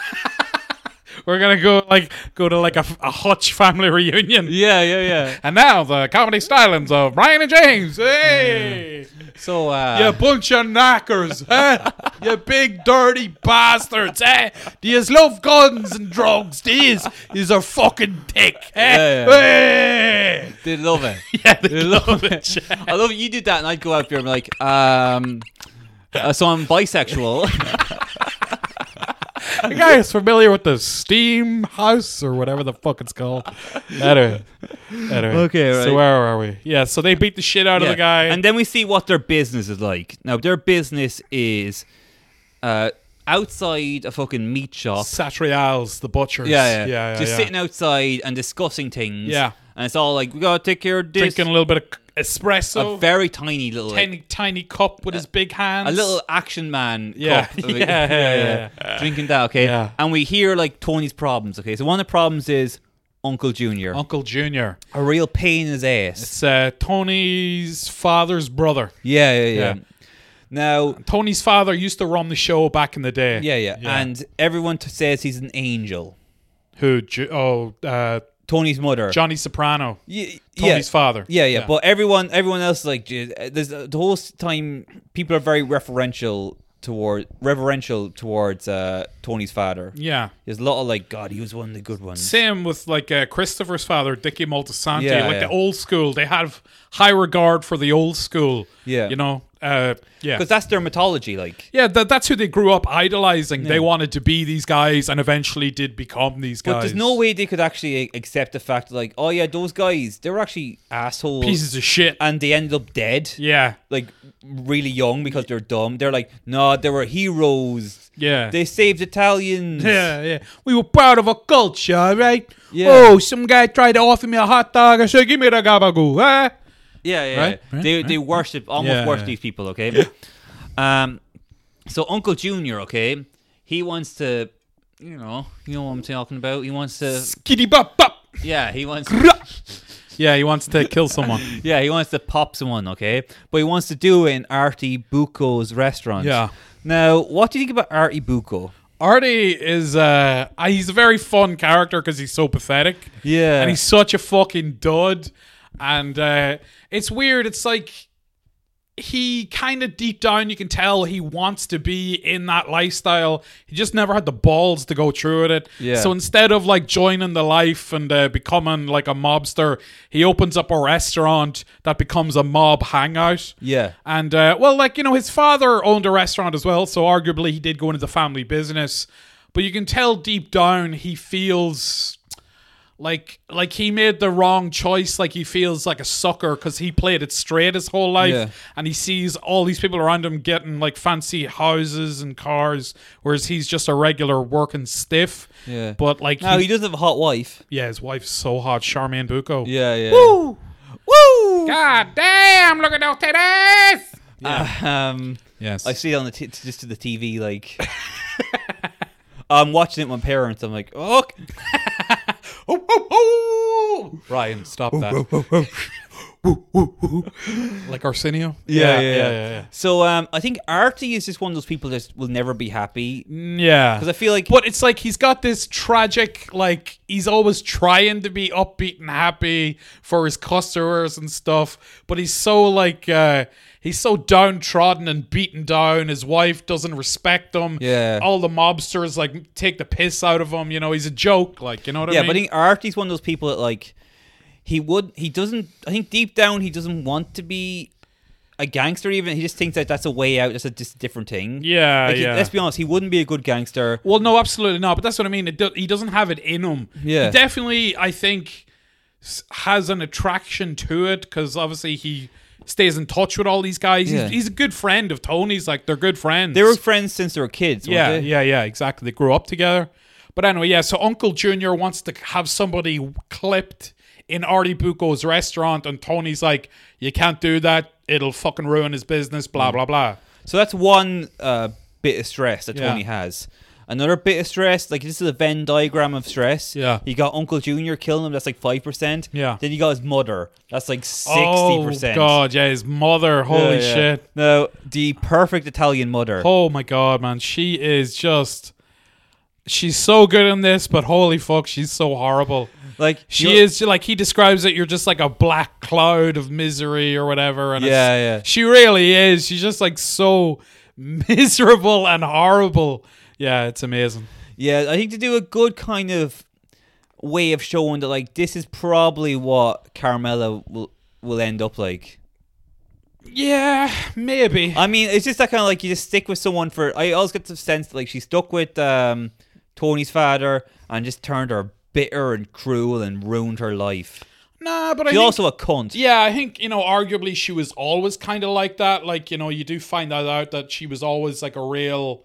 we're gonna go like go to like a, a Hutch family <laughs> reunion. yeah, yeah, yeah. And now the comedy stylings of Brian and James. Hey, So uh, you bunch of knackers, <laughs> eh? you big dirty bastards, eh? Do you love guns and drugs? These is a fucking dick, eh? Yeah, <laughs> Hey! they love it. <laughs> Yeah, they love it. I love it. You did that, and I'd go out there and be like, um, uh, so I'm <laughs> bisexual. the guy is familiar with the Steam House or whatever the fuck it's called. Anyway, anyway. Okay, right. So where are we? Yeah, so they beat the shit out of Yeah. the guy. And then we see what their business is like. Now, their business is uh, outside a fucking meat shop. Satrials, the butchers. Yeah, yeah, yeah. just yeah. sitting outside and discussing things. Yeah. and it's all like we gotta take care of this. drinking a little bit of a espresso. very tiny little, like, tiny, tiny cup with his big hands. a little action man. Yeah. cup. <laughs> Yeah, yeah, yeah, drinking that. Okay, Yeah. and we hear like Tony's problems. Okay, so one of the problems is Uncle Junior, Uncle Junior. a real pain in his ass. It's uh, Tony's father's brother. Yeah, yeah, yeah. Yeah. Now, Tony's father used to run the show back in the day. yeah, yeah, and everyone t- says he's an angel. who? Ju- Oh, uh, Tony's mother. Johnny Soprano. Y- Tony's father. Yeah, yeah, But everyone, everyone else is like, "Jeez," uh, there's uh, the whole s- time people are very referential toward reverential towards uh, Tony's father. yeah. There's a lot of like, God, he was one of the good ones. Same with like uh, Christopher's father, Dickie Moltisanti. Yeah, like yeah. the old school, they have high regard for the old school. Yeah. you know, uh, yeah, Because that's their mythology, like. yeah. That, that's who they grew up idolizing. They wanted to be these guys, and eventually did become these guys. But there's no way they could actually uh, accept the fact, like, oh yeah, those guys, they were actually assholes, pieces of shit. and they ended up dead, yeah, like really young because they're dumb. They're like, no, they were heroes. yeah. They saved Italians. <laughs> Yeah, yeah. We were proud of our culture, all right? Yeah. Oh, some guy tried to offer me a hot dog. I said, give me the gabagoo, eh? Yeah, yeah. Right? yeah. They they worship almost Yeah, worship yeah. these people, okay? um so Uncle Junior, okay, he wants to you know, you know what I'm talking about. He wants to Skitty bop bop. Yeah, he <laughs> wants Yeah, he wants to kill someone. Yeah, he wants to pop someone, okay? But he wants to do it in Artie Bucco's restaurant. Yeah. Now, what do you think about Artie Bucco? <laughs> Artie is, uh, uh, he's a very fun character because he's so pathetic. Yeah. And he's such a fucking dud. And uh, it's weird. It's like he kind of deep down, you can tell he wants to be in that lifestyle. He just never had the balls to go through with it. Yeah. So instead of like joining the life and uh, becoming like a mobster, he opens up a restaurant that becomes a mob hangout. Yeah. And uh, well, like you know, his father owned a restaurant as well, so arguably he did go into the family business. But you can tell deep down he feels like like he made the wrong choice. Like he feels like a sucker because he played it straight his whole life, Yeah. and he sees all these people around him getting like fancy houses and cars, whereas he's just a regular working stiff. Yeah. But like, Now he- he does have a hot wife. yeah, his wife's so hot, Charmaine Bucco. Yeah, yeah. Woo! Woo! God damn! Look at those titties. <laughs> Um Yes. I see it on the t- just to the TV <laughs> like I'm watching it with my parents. I'm like, oh, Oh, oh, oh! Ryan, Stop that. oh, <laughs> like Arsenio? Yeah, yeah, yeah, yeah. So um, I think Artie is just one of those people that will never be happy yeah. because Yeah. I feel like But it's like he's got this tragic, like he's always trying to be upbeat and happy for his customers and stuff. But he's so like uh he's so downtrodden and beaten down. His wife doesn't respect him. Yeah. All the mobsters like take the piss out of him. You know, he's a joke. Like you know what yeah, I mean? but I think Artie's one of those people that like he would he doesn't. I think deep down he doesn't want to be a gangster. Even he just thinks that that's a way out. That's a just different thing. yeah, Like, he- yeah. Let's be honest. He wouldn't be a good gangster. Well, no, absolutely not. But that's what I mean. It do- he doesn't have it in him. Yeah. He definitely, I think, s- has an attraction to it because obviously he stays in touch with all these guys. Yeah. He's, he's a good friend of Tony's. Like they're good friends. They were friends since they were kids. weren't yeah, they? yeah, yeah. Exactly. They grew up together. But anyway, yeah. So Uncle Junior wants to have somebody clipped in Artie Bucco's restaurant, and Tony's like, "You can't do that. It'll fucking ruin his business." Mm. Blah blah blah. So that's one uh, bit of stress that Yeah. Tony has. Another bit of stress, like this is a Venn diagram of stress. Yeah. You got Uncle Junior killing him, that's like 5%. Yeah. Then you got his mother, that's like 60%. Oh God, yeah. His mother. Holy Yeah, yeah. shit. No, the perfect Italian mother. Oh my god, man, she is just she's so good in this, but holy fuck, she's so horrible. Like She you- is like he describes it. You're just like a black cloud of misery or whatever. And Yeah, it's- yeah. She really is. She's just like so <laughs> miserable and horrible. Yeah, it's amazing. Yeah, I think to do a good kind of way of showing that, like, this is probably what Carmela will, will end up like. Yeah, maybe. I mean, it's just that kind of like you just stick with someone for. I always get the sense that like she stuck with um, Tony's father and just turned her bitter and cruel and ruined her life. nah, but I She's think- also a cunt. Yeah, I think, you know, arguably she was always kind of like that. Like, you know, you do find that out that she was always like a real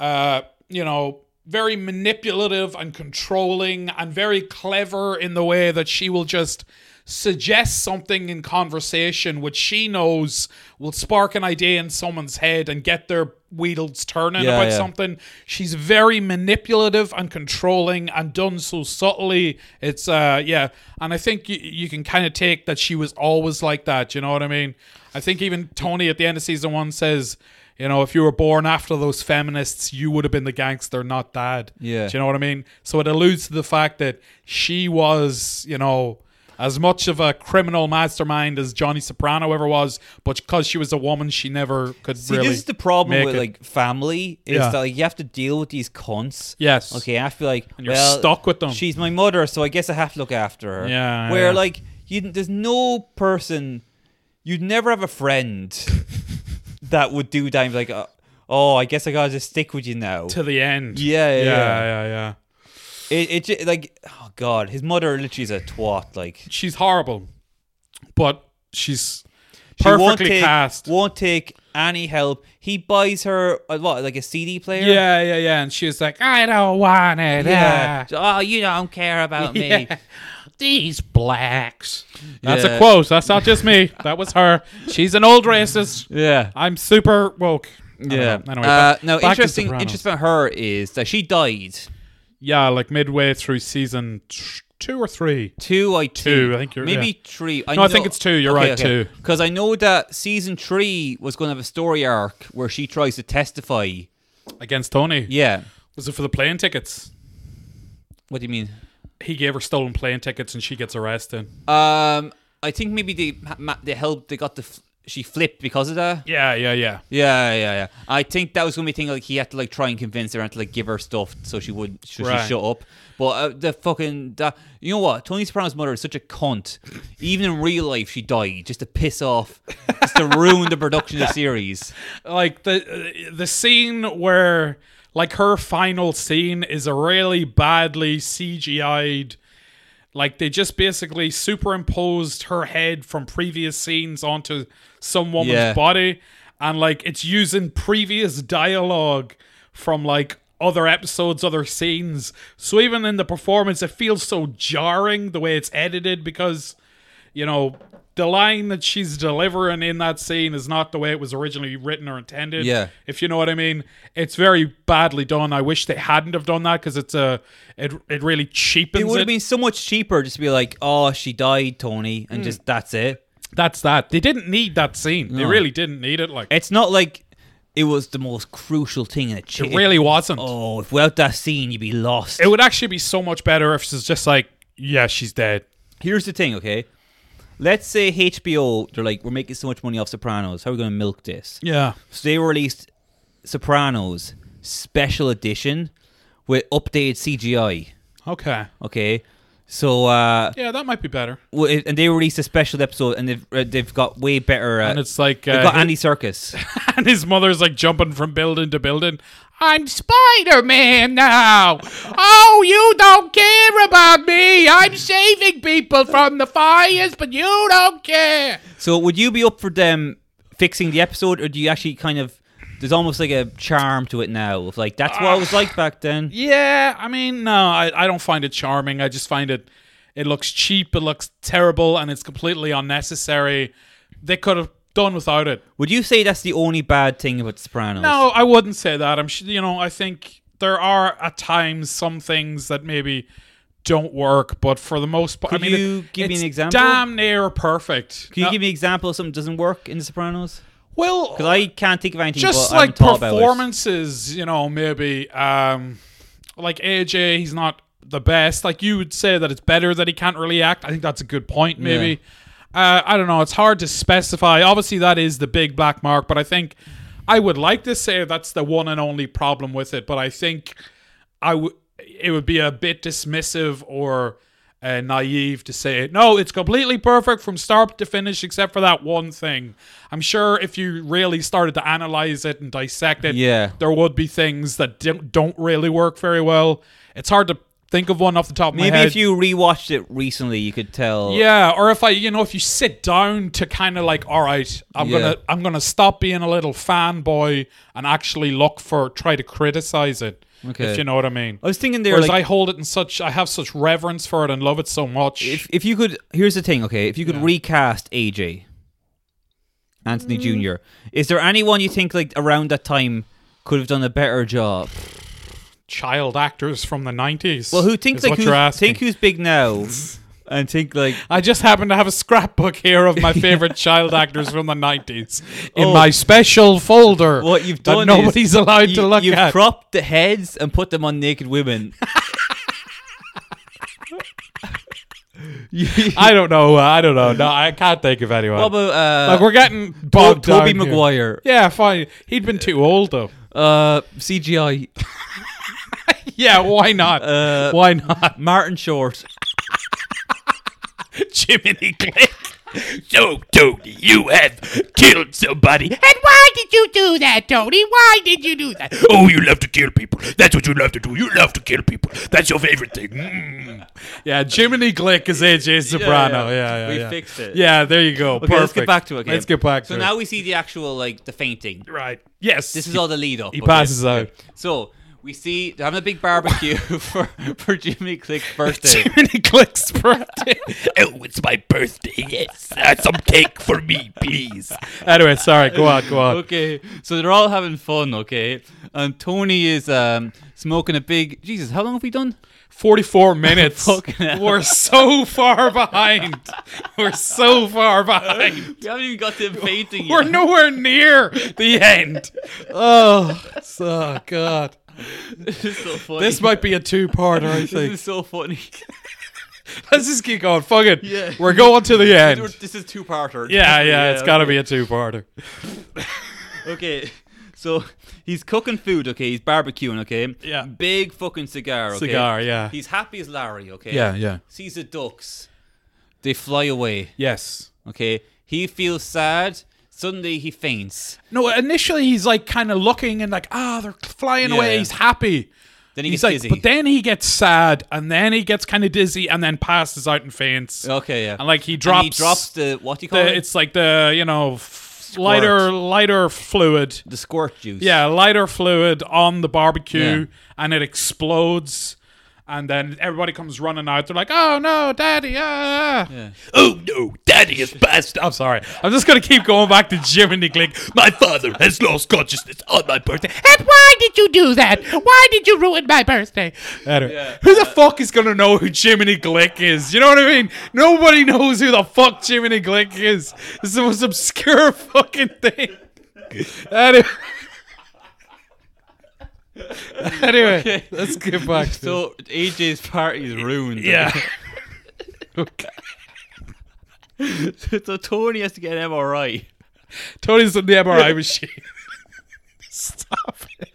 uh, uh, you know, very manipulative and controlling and very clever in the way that she will just suggest something in conversation which she knows will spark an idea in someone's head and get their wheels turning Yeah, about yeah. something. She's very manipulative and controlling and done so subtly. It's uh yeah, and I think you, you can kind of take that she was always like that, you know what I mean? I think even Tony at the end of season 1 says you know, if you were born after those feminists, you would have been the gangster, not dad. Yeah. Do you know what I mean? So it alludes to the fact that she was, you know, as much of a criminal mastermind as Johnny Soprano ever was, but because she was a woman, she never could See, really. this is the problem make with it. like family is Yeah. that like you have to deal with these cunts. Yes. Okay, I feel like you're well, stuck with them. She's my mother, so I guess I have to look after her. Yeah, Where yeah. like you, there's no person, you'd never have a <laughs> friend that would do that. and be Like, uh, oh, I guess I gotta just stick with you now. to the end. Yeah, yeah, yeah, yeah. yeah, yeah. It, it ju- like oh god, his mother literally is a twat. Like She's horrible, but she's She won't perfectly take, cast. Won't take any help. He buys her a what, like a CD player. Yeah, yeah, yeah. And she's like, I don't want it. Yeah. Yeah. Oh, you don't care about <laughs> me. These blacks. That's Yeah. a quote. That's not just me. That was her. She's an old racist. Yeah. I'm super woke. I don't Yeah. know. uh, Anyway, back- no, back to interesting. Sopranos. Interesting about her is that she died Yeah, like midway through season t- two or three. two. I two. I think you're- maybe yeah. three. No, I think it's two, you're right, two. Because I know that season three was going to have a story arc where she tries to testify. Against Tony. Yeah. Was it for the plane tickets? What do you mean? He gave her stolen plane tickets and she gets arrested. Um, I think maybe they ha- ma- they helped. They got the f- she flipped because of that. Yeah, yeah, yeah. Yeah, yeah, yeah. I think that was gonna be a thing. Like he had to like try and convince her and to like give her stuff so she would so she Right. shut up. But uh, the fucking that you know what Tony Soprano's mother is such a cunt. Even in real life, she died just to piss off, just to ruin the production of the series. Like the the scene where like her final scene is a really badly CGI'd like they just basically superimposed her head from previous scenes onto some woman's Yeah. body and like it's using previous dialogue from like other episodes other scenes so even in the performance it feels so jarring the way it's edited because you know the line that she's delivering in that scene is not the way it was originally written or intended Yeah. if you know what I mean. It's very badly done. I wish they hadn't have done that because it's a it it really cheapens It it. would have been so much cheaper just to be like, oh, she died, Tony, and just that's it. That's that. They didn't need that scene. They No. really didn't need it. Like It's not like it was the most crucial thing in a ch- it really wasn't. Oh, if without that scene, you'd be lost. It would actually be so much better if it's just like yeah, she's dead. Here's the thing, okay? Let's say HBO, they're like, we're making so much money off Sopranos. How are we going to milk this? Yeah. So they released Sopranos Special Edition with updated CGI, Okay. okay? So, uh, Yeah, that might be better. well, it- and they released a special episode and they've, uh, they've got way better. Uh, And it's like they've uh, got hi- Andy Circus. <laughs> and his mother's like jumping from building to building. I'm Spider Man now. Oh, you don't care about me. I'm saving people from the fires, but you don't care. so, would you be up for them fixing the episode or do you actually kind of. There's almost like a charm to it now. Of like, that's what it was like back then. Yeah, I mean, no, I, I don't find it charming. I just find it, it looks cheap, it looks terrible, and it's completely unnecessary. They could have done without it. Would you say that's the only bad thing about Sopranos? No, I wouldn't say that. I'm sure, you know, I think there are at times some things that maybe don't work, but for the most part, I Could mean, it- you give me it's an example? Damn near perfect. Can you Uh, give me an example of something that doesn't work in The Sopranos? well, Because I can't think of anything. just but I haven't like thought about it. performances, you know, maybe um, like AJ, he's not the best. Like you would say that it's better that he can't really act. I think that's a good point. Maybe uh, I don't know. It's hard to specify. Obviously, that is the big black mark, but I think I would like to say that's the one and only problem with it. But I think I would. It would be a bit dismissive or. Uh, naive to say no it's completely perfect from start to finish except for that one thing i'm sure if you really started to analyze it and dissect it Yeah. there would be things that di- don't really work very well. It's hard to think of one off the top of Maybe my head. if you rewatched it recently, you could tell. Yeah, or if I, you know, if you sit down to kind of like, all right, I'm Yeah. gonna, I'm gonna stop being a little fanboy and actually look for, try to criticize it. Okay. If you know what I mean. I was thinking there, Whereas like, I hold it in such, I have such reverence for it and love it so much. if if you could. Here's the thing, okay? If you could recast AJ, Mm. Anthony Jr., is there anyone you think like around that time could have done a better job? Child actors from the nineties. Well, who thinks is like what you're who's, asking. think who's big <laughs> now, and think like I just happen to have a scrapbook here <laughs> of my favorite child actors from the nineties in Oh. my special folder. What you've that done is nobody's allowed to look you've at. cropped the heads and put them on naked <laughs> women. You- I don't know. uh, I don't know. No, I can't think of anyone. what about uh, like we're getting Bob bogged Toby down here. Maguire, Yeah, fine. He'd been too <laughs> old though. uh, CGI, Yeah, why not? Uh, why not? Martin Short? Jiminy Click. So, Tony, you have killed somebody. And why did you do that, Tony? Why did you do that? Oh, you love to kill people. That's what you love to do. You love to kill people. That's your favorite thing. Mm. Yeah, Jiminy Glick is AJ Soprano. Yeah, yeah. We yeah. fixed it. Yeah, there you go. Okay, Perfect. let's get back to it. okay. Let's get back So to now it. we see the actual like the fainting. Right. Yes. This is all the lead up. he okay. passes out. So we see they're having a big barbecue <laughs> for for Jimmy Click's <laughs> birthday. Jiminy Click's birthday. Oh, it's my birthday. Yes. Uh, some cake for me, please. <laughs> anyway, sorry. Go on. Go on. okay, so they're all having fun. Okay, and Tony is um smoking a big. Jesus, how long have we done? <laughs> 44 minutes. Fucking hell. We're so far behind. We're so far <laughs> behind. We haven't even got <laughs> to fainting We're yet. nowhere near the end. Oh, so God. <laughs> this is so funny. This might be a two parter, <laughs> I This think. is so funny. Let's just keep going. Fuck it. Yeah. We're going <laughs> to the end. this is two parter. <laughs> Yeah, yeah, it's got to be a two parter. Okay. So he's cooking food, okay? He's barbecuing, okay? Yeah. Big fucking cigar, okay? Cigar, yeah. He's happy as Larry, okay? Yeah, yeah. Sees the ducks. They fly away, Yes. okay? He feels sad. Suddenly he faints. No, initially he's like kind of looking and like, ah, they're flying away. Yeah. He's happy. Then he he's gets like, dizzy. but then he gets sad and then he gets kind of dizzy and then passes out and faints. okay, yeah. And like Oh. he And drops, he drops the, what do you call the- it? it's like the, you know, f- lighter, lighter fluid. the squirt juice. Yeah, lighter fluid on the barbecue Yeah. and it explodes. And then everybody comes running out. They're like, oh no, daddy. Ah. Yeah. Oh, no. Daddy has passed I'm out. sorry. I'm just going to keep going back to Jiminy Click. My father has lost consciousness on my birthday. And why did you do that? Why did you ruin my birthday? Anyway, Yeah. who the fuck is going to know who Jiminy Glick is? You know what I mean? Nobody knows who the fuck Jiminy Glick is. This is the most obscure <laughs> fucking thing. Anyway. <laughs> anyway, let's get back to So AJ's party is ruined. Yeah. Okay. <laughs> so Tony has to get an MRI. Tony's in <laughs> the MRI machine. <laughs> Stop it.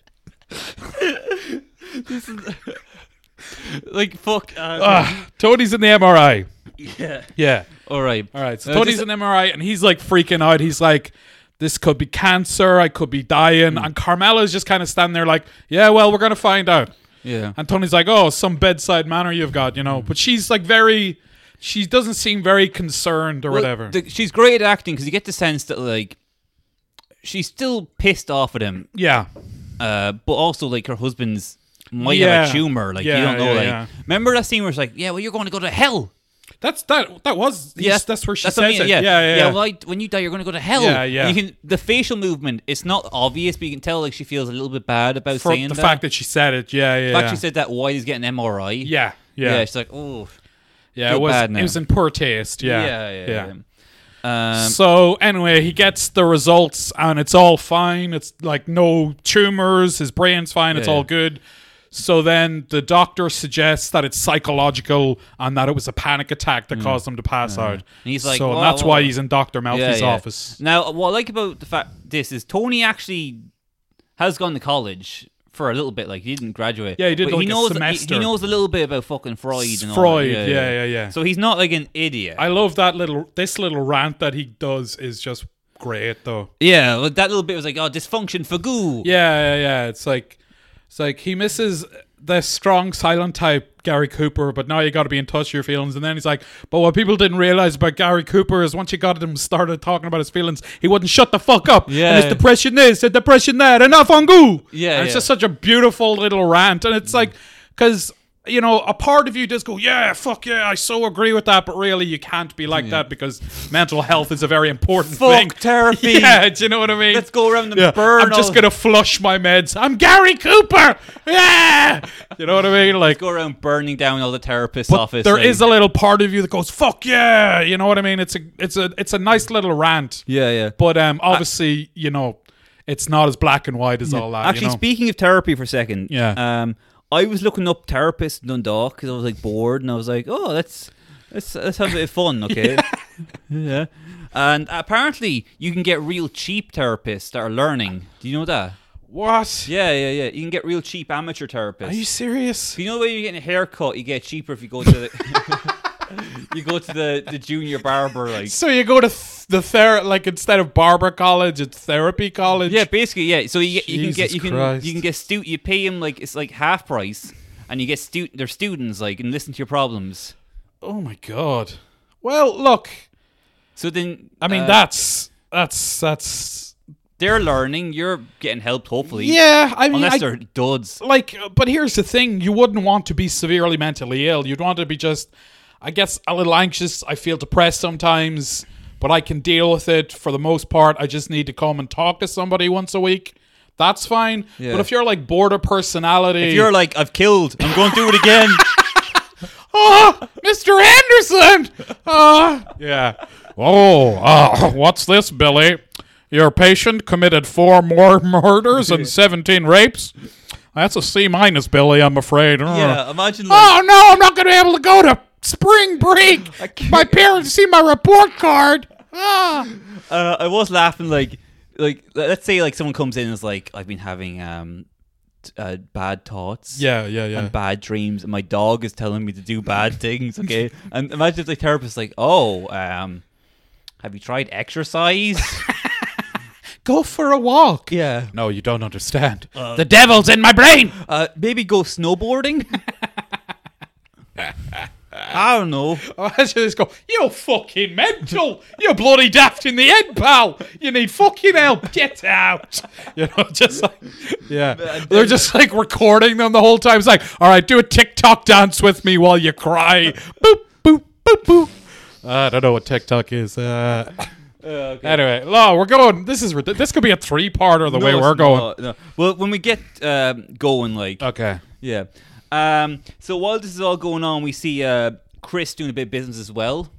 Like, fuck. Uh, Ah, Tony's in the MRI. yeah. Yeah. All right. All right. So Uh, Tony's just- in MRI and he's like freaking out. He's like, this could be cancer. I could be dying. And Carmela's just kind of standing there like, yeah, well, we're going to find out. Yeah. And Tony's like, oh, some bedside manner you've got, you know. But she's like very, she doesn't seem very concerned or Well, whatever. the- she's great at acting because you get the sense that like she's still pissed off at him, yeah. uh, but also like her husband's might have Yeah. a tumor. Like you Yeah, don't know. yeah, like yeah. remember that scene where it's like, yeah, well, you're going to go to hell. That's that. That was. Yeah, Yes, that's where she what I says mean, it. Yeah, yeah, yeah. well, I, when you die, you're going to go to hell. Yeah, yeah. And You can the facial movement. It's not obvious, but you can tell like she feels a little bit bad about For saying the that. fact that she said it. Yeah, yeah. The fact yeah. she said that while he's getting MRI. Yeah, yeah, yeah. she's like, oh, it feel was. bad now. It was in poor taste. Yeah, yeah, yeah. yeah. Um, so anyway, he gets the results, and it's all fine. It's like no tumors. His brain's fine. It's Yeah, all yeah. good. So then the doctor suggests that it's psychological and that it was a panic attack that caused him to pass out. And Mm. he's like, so "Whoa, that's whoa, why whoa." he's in Doctor Yeah, Malthy's yeah. office. Now, what I like about the fact this is Tony actually has gone to college for a little bit. Like he didn't graduate. Yeah, he did, But like, a knows, He, semester. he knows a little bit about fucking Freud. And all that. Freud, yeah, yeah, yeah. So he's not like an idiot. I love that little this little rant that he does is just great though. yeah, well, that little bit was like, oh, dysfunction for goo. Yeah, yeah, yeah. It's like it's like he misses the strong silent type Gary Cooper, but now you got to be in touch with your feelings. And then he's like, but what people didn't realize about Gary Cooper is once you got him started talking about his feelings, he wouldn't shut the fuck up. Yeah. And his depression this, and depression that, enough on goo. Yeah, And yeah. it's Mm. just such a beautiful little rant. And it's like, because. You know, a part of you just go, yeah, fuck yeah, I so agree with that, but really you can't be like that because mental health is a very important Fuck thing. <laughs> therapy. Yeah, do you know what I mean? Let's go around and Yeah, burn I'm just all- gonna flush my meds. I'm Gary Cooper. Yeah, you know what I mean. Like, Go around burning down all the therapists' but office. there like- is a little part of you that goes, "Fuck yeah," you know what I mean. It's a, it's a, it's a nice little rant. yeah, yeah. But um, obviously, you know, it's not as black and white as all that. Actually, you know? speaking of therapy for a second, Yeah. Um, I was looking up therapists in Dundalk because I was like bored, and I was like, oh, let's let's let's have a bit of <laughs> fun, okay? yeah. And apparently, you can get real cheap therapists that are learning. Do you know that? what? Yeah, yeah, yeah. You can get real cheap amateur therapists. Are you serious? You know the way you're getting a haircut, you get cheaper if you go to <laughs> the <laughs> you go to the, the junior barber, like So you go to th- the ther like instead of barber college, it's therapy college. yeah, basically yeah. So you, get, you can get Jesus you can Christ. you can get stu You pay him like it's like half price, and you get stu They're students like and listen to your problems. Oh my god. Well, look. So then I mean, uh, that's that's that's. they're learning. You're getting helped, hopefully. Yeah, I mean, Unless I- they're duds. like but here's the thing you wouldn't want to be severely mentally ill you'd want to be just i guess a little anxious i feel depressed sometimes but i can deal with it for the most part i just need to come and talk to somebody once a week that's fine Yeah. but if you're like border personality If you're like, I've killed. I'm going to do it again. oh mr anderson oh yeah oh uh, what's this billy your patient committed four more murders <laughs> and 17 rapes that's a c minus billy i'm <laughs> afraid yeah. Imagine like. Oh no, I'm not going to be able to go to spring break. <laughs> My parents see my report card. Ah. uh, I was laughing like like let's say like someone comes in and is like I've been having um t- uh, bad thoughts Yeah, yeah, yeah. bad dreams and my dog is telling me to do <laughs> bad things okay and imagine if the therapist is like oh um have you tried <laughs> exercise Go for a walk. yeah No, you don't understand. The devil's in my brain. uh maybe go <laughs> snowboarding I don't know <laughs> Imagine this go, you're fucking mental. You're bloody daft in the head, pal. You need fucking help. Get out. <laughs> You know, just like, yeah. They're just like recording them the whole time. It's like, all right, do a TikTok dance with me while you <laughs> cry. boop, boop, boop, boop. I don't know what TikTok is. Uh, Anyway, no, we're going. This is ridic- this could be a three-parter the way No, we're Oh, it's going. not, no. Well, when we get um, going, like, Okay. yeah. Um, so while this is all going on, we see uh, Chris doing a bit of business as well.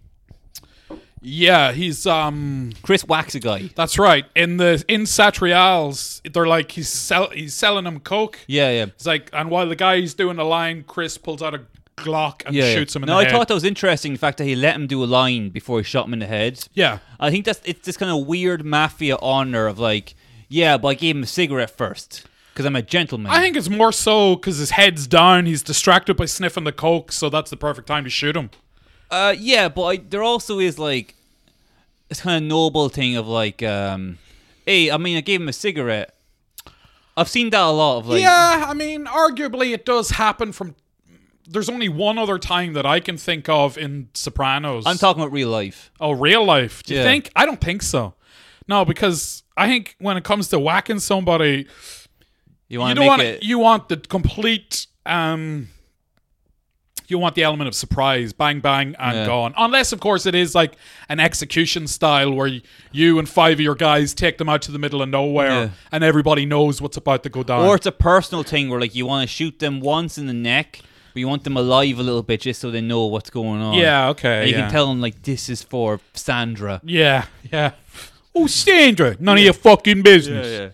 Yeah, he's um. Chris whacks a guy. That's right. In the in Satrials, they're like he's sell he's selling him coke. Yeah, yeah. It's like, and while the guy's doing the line, Chris pulls out a Glock and Yeah, yeah. shoots him in no, the I head. thought that was interesting. The fact that he let him do a line before he shot him in the head. yeah, I think that's it's this kind of weird mafia honor of like, yeah, but I gave him a cigarette first because I'm a gentleman. I think it's more so because his head's down. He's distracted by sniffing the coke, so that's the perfect time to shoot him. Uh, yeah, but I, there also is like this kind of noble thing of like, um, hey, I mean, I gave him a cigarette. I've seen that a lot of like, Yeah, I mean, arguably it does happen from. There's only one other time that I can think of in Sopranos. I'm talking about real life. Oh, real life? Do you Yeah. think? I don't think so. No, because I think when it comes to whacking somebody, You you want to don't make want it? you want the complete um you want the element of surprise bang bang and Yeah. gone unless of course it is like an execution style where y- you and five of your guys take them out to the middle of nowhere Yeah. and everybody knows what's about to go down or it's a personal thing where like you want to shoot them once in the neck, but you want them alive a little bit just so they know what's going on. yeah okay And you yeah. can tell them like this is for Sandra. yeah yeah oh sandra none of your fucking business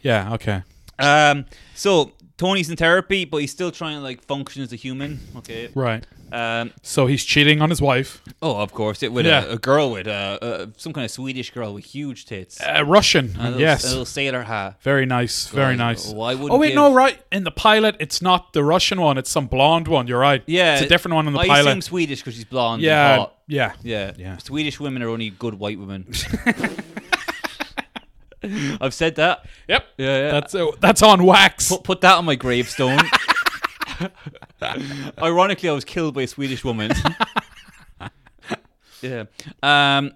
yeah, okay Um. So Tony's in therapy, but he's still trying to like function as a human. Okay. right Um. so he's cheating on his wife Oh, of course, it with Yeah. a, a girl with uh, uh, some kind of Swedish girl with huge tits. Uh, Russian, And a little, yes. A little sailor hat. very nice, very God, nice. why wouldn't oh wait, give- no, right. In the pilot, it's not the Russian one; it's some blonde one. You're right. Yeah. it's a different one in the I pilot. assume Swedish because she's blonde. and yeah, hot. yeah, Yeah. Yeah. Swedish women are only good white <laughs> women. I've said that. Yep, Yeah, yeah. that's uh, that's on wax. Put, put that on my gravestone. Ironically, I was killed by a Swedish woman. <laughs> yeah. Um,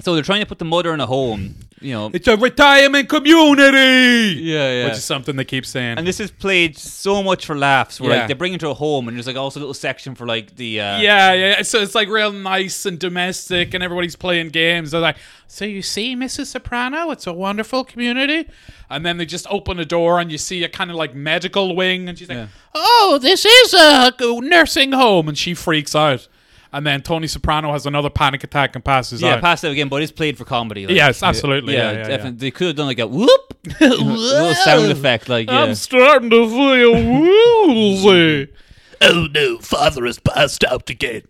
so they're trying to put the mother in a home, you know. It's a retirement community. yeah, Which is something they keep saying. and this is played so much for laughs. Where Yeah. like they bring into a home, and there's like also a little section for like the uh, yeah, yeah. So it's like real nice and domestic, and everybody's playing games. They're like, "So you see, Mrs. Soprano, it's a wonderful community." And then they just open a door, and you see a kind of like medical wing, and she's like, "Oh, this is a g- nursing home," and she freaks out. And then Tony Soprano has another panic attack and passes yeah, out. pass out again, but it's played for comedy. Like, Yes, absolutely. Yeah, yeah, yeah. definitely. They could have done like a whoop, <laughs> little sound effect, like yeah. I'm starting to feel woozy. Oh no, father has passed out again.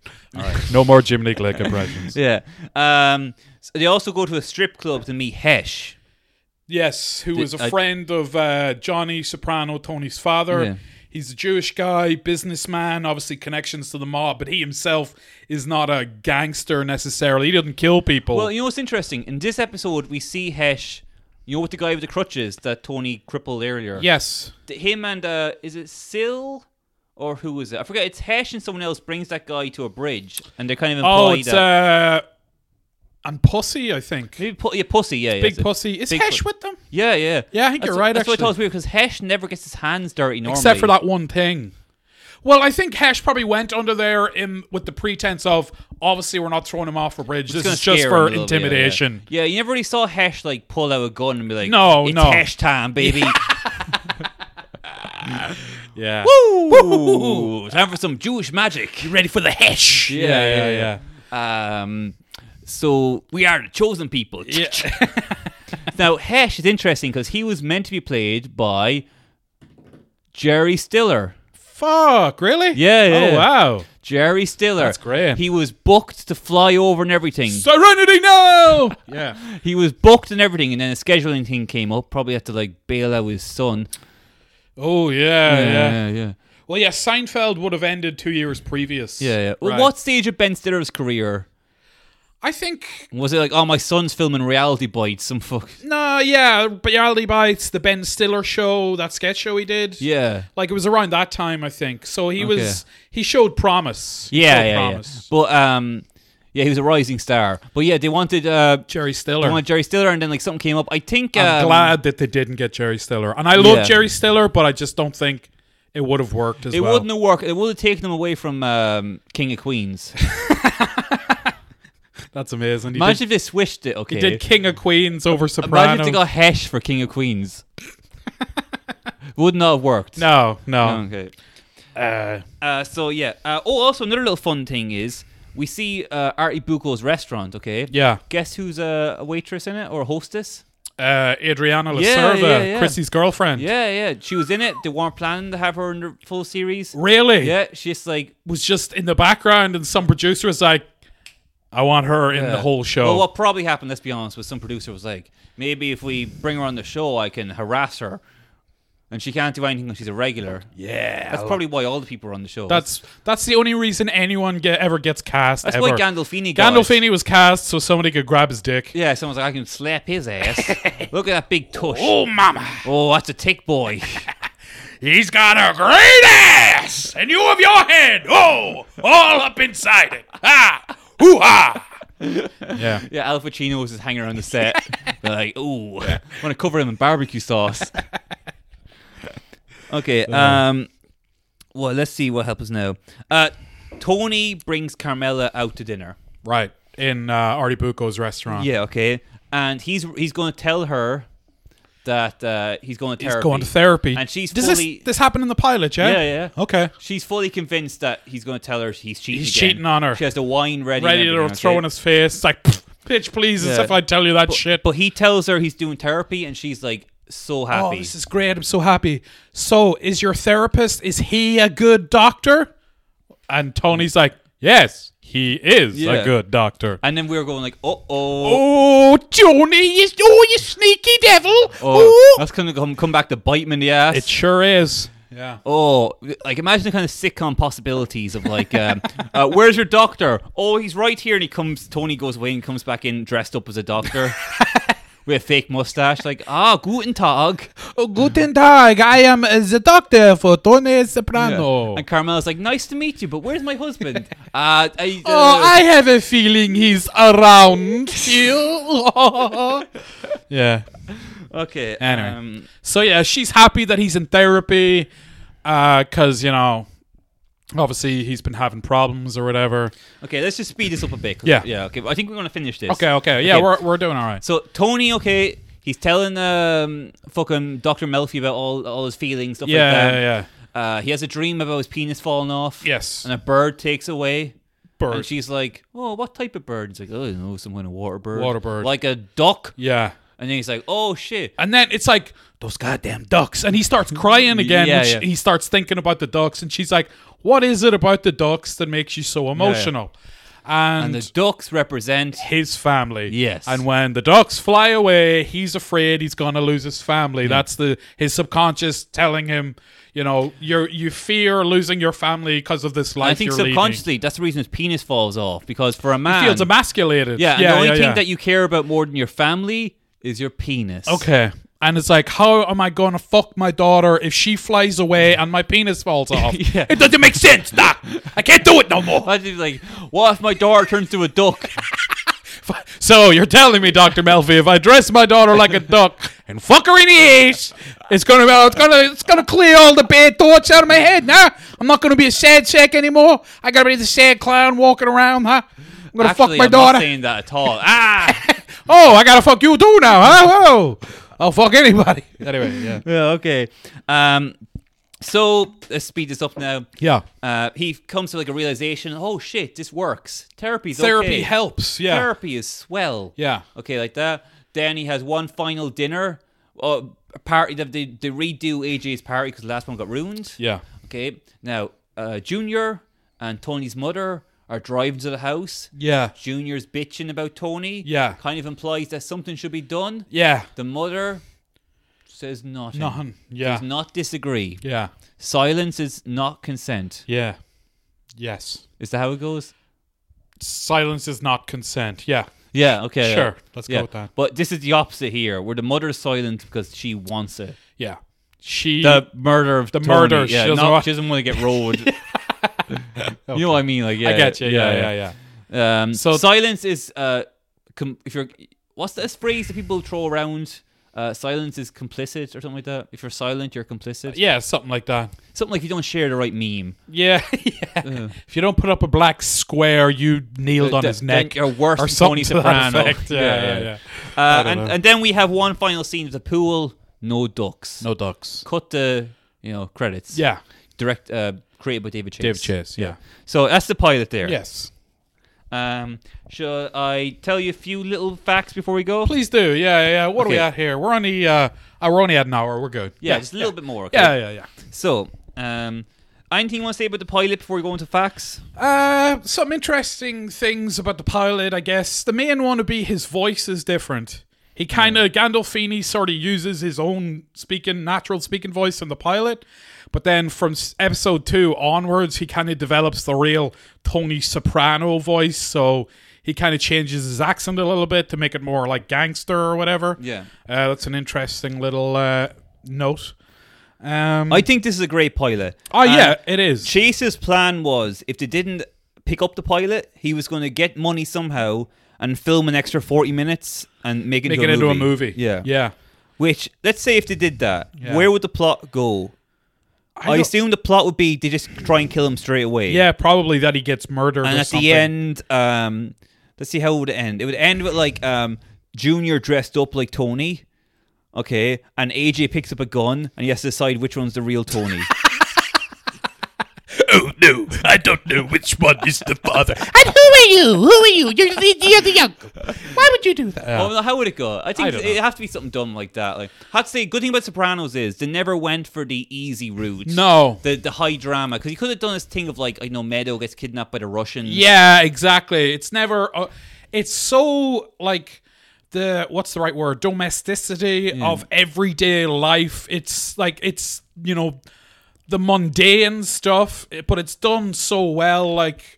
No more Jim Nick impressions. Yeah. Um, so they also go to a strip club to meet Hesh. Yes, who was a I- friend of uh, Johnny Soprano, Tony's father. Yeah. He's a Jewish guy, businessman, obviously connections to the mob, but he himself is not a gangster necessarily. He doesn't kill people. Well, you know what's interesting? In this episode, we see Hesh. You know what the guy with the crutches that Tony crippled earlier? yes. Th- Him and uh, is it Sil or who is it? I forget. It's Hesh and someone else brings that guy to a bridge, and they're kind of implying Oh, it's that. uh, and Pussy, I think. Maybe pu- yeah, pussy. Yeah, yeah. Big so- Pussy. Is Big Hesh Pu- with them? Yeah, yeah. Yeah, I think That's you're wh- right, That's what I actually. thought was weird because Hesh never gets his hands dirty normally. Except for that one thing. Well, I think Hesh probably went under there in, with the pretense of obviously we're not throwing him off a bridge. This gonna is just scare for him a little bit, yeah, yeah. intimidation. Yeah, you never really saw Hesh like pull out a gun and be like, No, it's no. Hesh time, <laughs> baby." Yeah. Ooh, time for some Jewish magic. Ready for the hesh. Yeah, yeah, yeah. Um, so we are the chosen people. yeah. <laughs> Now Hesh is interesting because he was meant to be played by Jerry Stiller. Fuck, really? Yeah, yeah. Oh, wow. Jerry Stiller. That's great. He was booked to fly over and everything. Serenity now! yeah. he was booked and everything, and then a scheduling thing came up. Probably had to like bail out his son. Oh, yeah, yeah, yeah, yeah. Well, yeah, Seinfeld would have ended two years previous. yeah, yeah. Well, Right. What stage of Ben Stiller's career I think, was it? Like, oh, my son's filming Reality Bites. Some fuck. no, yeah, Reality Bites, the Ben Stiller show, that sketch show he did. Yeah. Like, it was around that time, I think. So he was, he showed promise. He Yeah, showed yeah, yeah. promise. But um, yeah, he was a rising star. But yeah, they wanted uh, Jerry they Stiller. wanted Jerry Stiller, and then like something came up. I think um, I'm glad that they didn't get Jerry Stiller. And I love Yeah. Jerry Stiller, but I just don't think it would have worked as it well. wouldn't have worked. It would have taken him away from um, King of Queens. That's amazing. <laughs> He Imagine did, if they switched it. Okay, he did King of Queens over Sopranos. imagine if they got Hesh for King of <laughs> Queens. would not have worked. No, no. Okay. Uh, Uh, so yeah. Uh, oh, also another little fun thing is we see uh, Artie Bucco's restaurant. Okay. yeah. Guess who's a, a waitress in it or a hostess? Uh, Adriana Yeah, Lacerva, yeah, yeah. Chrissy's girlfriend. Yeah, yeah. She was in it. They weren't planning to have her in the full series. Really? Yeah, she's like Was just in the background, and some producer was like, I want her in the whole show. Well, what probably happened, let's be honest, was some producer was like, maybe if we bring her on the show, I can harass her, and she can't do anything when she's a regular. Yeah. That's probably why all the people are on the show. that's that's the only reason anyone get, ever gets cast. that's ever. why Gandolfini. Got it. Gandolfini was cast so somebody could grab his dick. Yeah, someone's like, I can slap his <laughs> ass. Look at that big tush. Oh, mama. Oh, that's a tick boy. <laughs> He's got a great ass. And you have your head. Oh, all up inside it. Ah. Hoo ha. Yeah. yeah, Al Pacino was just hanging around the set. <laughs> They're like, ooh, want to cover him in barbecue sauce. okay, um, well, let's see what helps us now. Uh, Tony brings Carmela out to dinner. Right. In uh, Artie Bucco's restaurant. Yeah, okay. And he's he's going to tell her that uh, he's going to He's therapy. going to therapy. And she's Does fully- this, this happen in the pilot, yeah? Yeah, yeah. Okay. She's fully convinced that he's going to tell her he's cheating. He's again. cheating on her. She has the wine ready. Ready and to everything, throw okay? in his face. It's like, <laughs> "Pfft, bitch, please, as Yeah. if I tell you that shit. But he tells her he's doing therapy, and she's like so happy. Oh, this is great. I'm so happy. So, is your therapist, is he a good doctor? And Tony's like, yes, he is Yeah. a good doctor. and then we were going like, oh, oh, oh, Tony, you, oh, you sneaky devil. oh, Oh. that's gonna come come back to bite him in the ass. It sure is. Yeah. Oh, like imagine the kind of sitcom possibilities of like, um, <laughs> uh, where's your <laughs> doctor? Oh, he's right here, and he comes. Tony goes away and comes back in dressed up as a doctor. with a fake mustache, like, ah, guten tag. Oh, Guten Tag, I am uh, the doctor for Tony Soprano. And Carmel's like, nice to meet you, but where's my <laughs> husband? uh, I, Oh, I have a feeling he's around you. <laughs> yeah. Okay. Anyway. um, So yeah, she's happy that he's in therapy, because you know, obviously he's been having problems or whatever. okay, let's just speed this up a bit. 'cause- Yeah. Yeah, okay. I think we're going to finish this. Okay, okay, yeah, Okay. we're we're doing all right. So Tony, okay, he's telling um fucking Doctor Melfi about all all his feelings, stuff Yeah, like that. yeah, yeah. Uh, he has a dream about his penis falling off. Yes, And a bird takes away. bird. And she's like, "Oh, what type of bird?" He's like, "Oh, you know, some kind of water bird, Water bird. like a duck." yeah, And then he's like, "Oh shit." and then it's like those goddamn ducks, and he starts crying again. Yeah, and she- yeah. He starts thinking about the ducks, and she's like, "What is it about the ducks that makes you so emotional?" And And, the ducks represent. his family. Yes. And when the ducks fly away, he's afraid he's gonna lose his family. Hmm. That's the his subconscious telling him, you know, you you fear losing your family because of this life. I think you're subconsciously that's the reason his penis falls off because for a leading. man, He feels emasculated. yeah, and yeah, the only yeah, thing yeah. that you care about more than your family is your penis. okay. And it's like, how am I gonna fuck my daughter if she flies away and my penis <laughs> falls off? <laughs> Yeah. It doesn't make sense. Nah, I can't do it no more. I think like, what if my daughter turns to a <laughs> duck? So you're telling me, Doctor Melfi, if I dress my <laughs> daughter like a duck and fuck her in the ass, it's gonna it's gonna it's gonna clear all the bad thoughts out of my head, huh? I'm not gonna be a sad sack anymore. I gotta be the sad clown walking around, huh? I'm gonna Actually, fuck my I'm daughter. Not saying that at all. <laughs> Ah. oh, I gotta fuck you too now, huh? Whoa. I'll <laughs> fuck anybody. Anyway, yeah. yeah. Okay. Um. So let's speed this up now. Yeah. Uh, he comes to like a realization. Oh shit, this works. Therapy's Therapy okay. helps, yeah. Therapy is swell. Yeah. Okay, like that. Then he has one final dinner. Uh, a party that they, they redo AJ's party because the last one got ruined. Yeah. Okay. Now, uh, Junior and Tony's mother are driving to the house. Yeah. Junior's bitching about Tony. Yeah. Kind of implies that something should be done. Yeah. The mother says nothing. Nothing. Yeah. Does not disagree. Yeah. Silence is not consent. Yeah. Yes. Is that how it goes? Silence is not consent. Yeah. Yeah, okay. yeah. Sure, let's go yeah. with that. But this is the opposite here, where the mother's silent because she wants it. Yeah. She The murder of the murder, she Yeah, doesn't not- want- she doesn't want to get <laughs> rolled. You know what I mean? Like, yeah, I get you. Yeah, yeah, yeah. yeah. Um, So- so silence is uh, com- if you're what's this phrase that people throw around? Uh, silence is complicit or something like that. If you're silent, you're complicit. Yeah, something like that. Something like you don't share the right <laughs> meme. Yeah, yeah. If you don't put up a black square, you kneeled on Th- his then neck. You're worse or than Tony something to that Soprano. effect. <laughs> Yeah, yeah, yeah. Uh, don't and, know. and then we have one final scene of the pool. No ducks. No ducks. Cut the you know credits. Yeah, Direct uh, created by David Chase. Dave Chase. Yeah. So that's the pilot there. Yes, Um, shall I tell you a few little facts before we go? please do. Yeah, yeah. yeah. What are we Okay. at here? We're only uh, uh, we're only at an hour. We're good. Yeah, just a little bit more. Okay? Yeah, yeah, yeah. So, um, anything you want to say about the pilot before we go into facts? Uh, some interesting things about the pilot, I guess. The main one would be his voice is different. He Hmm. kind of Gandolfini sort of uses his own speaking, natural speaking voice in the pilot, but then from s- episode two onwards, he kind of develops the real Tony Soprano voice. So he kind of changes his accent a little bit to make it more like gangster or whatever. Yeah. uh, that's an interesting little uh, note. Um, I think this is a great pilot. oh And yeah, it is. Chase's plan was if they didn't pick up the pilot, he was going to get money somehow and film an extra 40 minutes and make it, Make into, it a into a movie. movie. Yeah. yeah. Which, let's say if they did that, Yeah. where would the plot go? I, don't- assume the plot would be they just try and kill him straight away. Yeah, probably that he gets murdered. And or at something. the end, um, let's see how it would end. It would end with like um, Junior dressed up like Tony, okay, and AJ picks up a gun and he has to decide which one's the real <laughs> Tony. Oh no, I don't know which one is the father. And who are you? Who are you? You're the, you're the uncle. Why would you do that? well, how would it go? I think don't it has to be something dumb like that. Like, I have to say, good thing about Sopranos is they never went for the easy route. no, The, the high drama because he could have done this thing of like I know Meadow gets kidnapped by the Russians. yeah, exactly. It's never. Uh, it's so like the what's the right word? Domesticity Mm. of everyday life. It's like it's you eh, know the mundane stuff, it- but it's done so well. Like.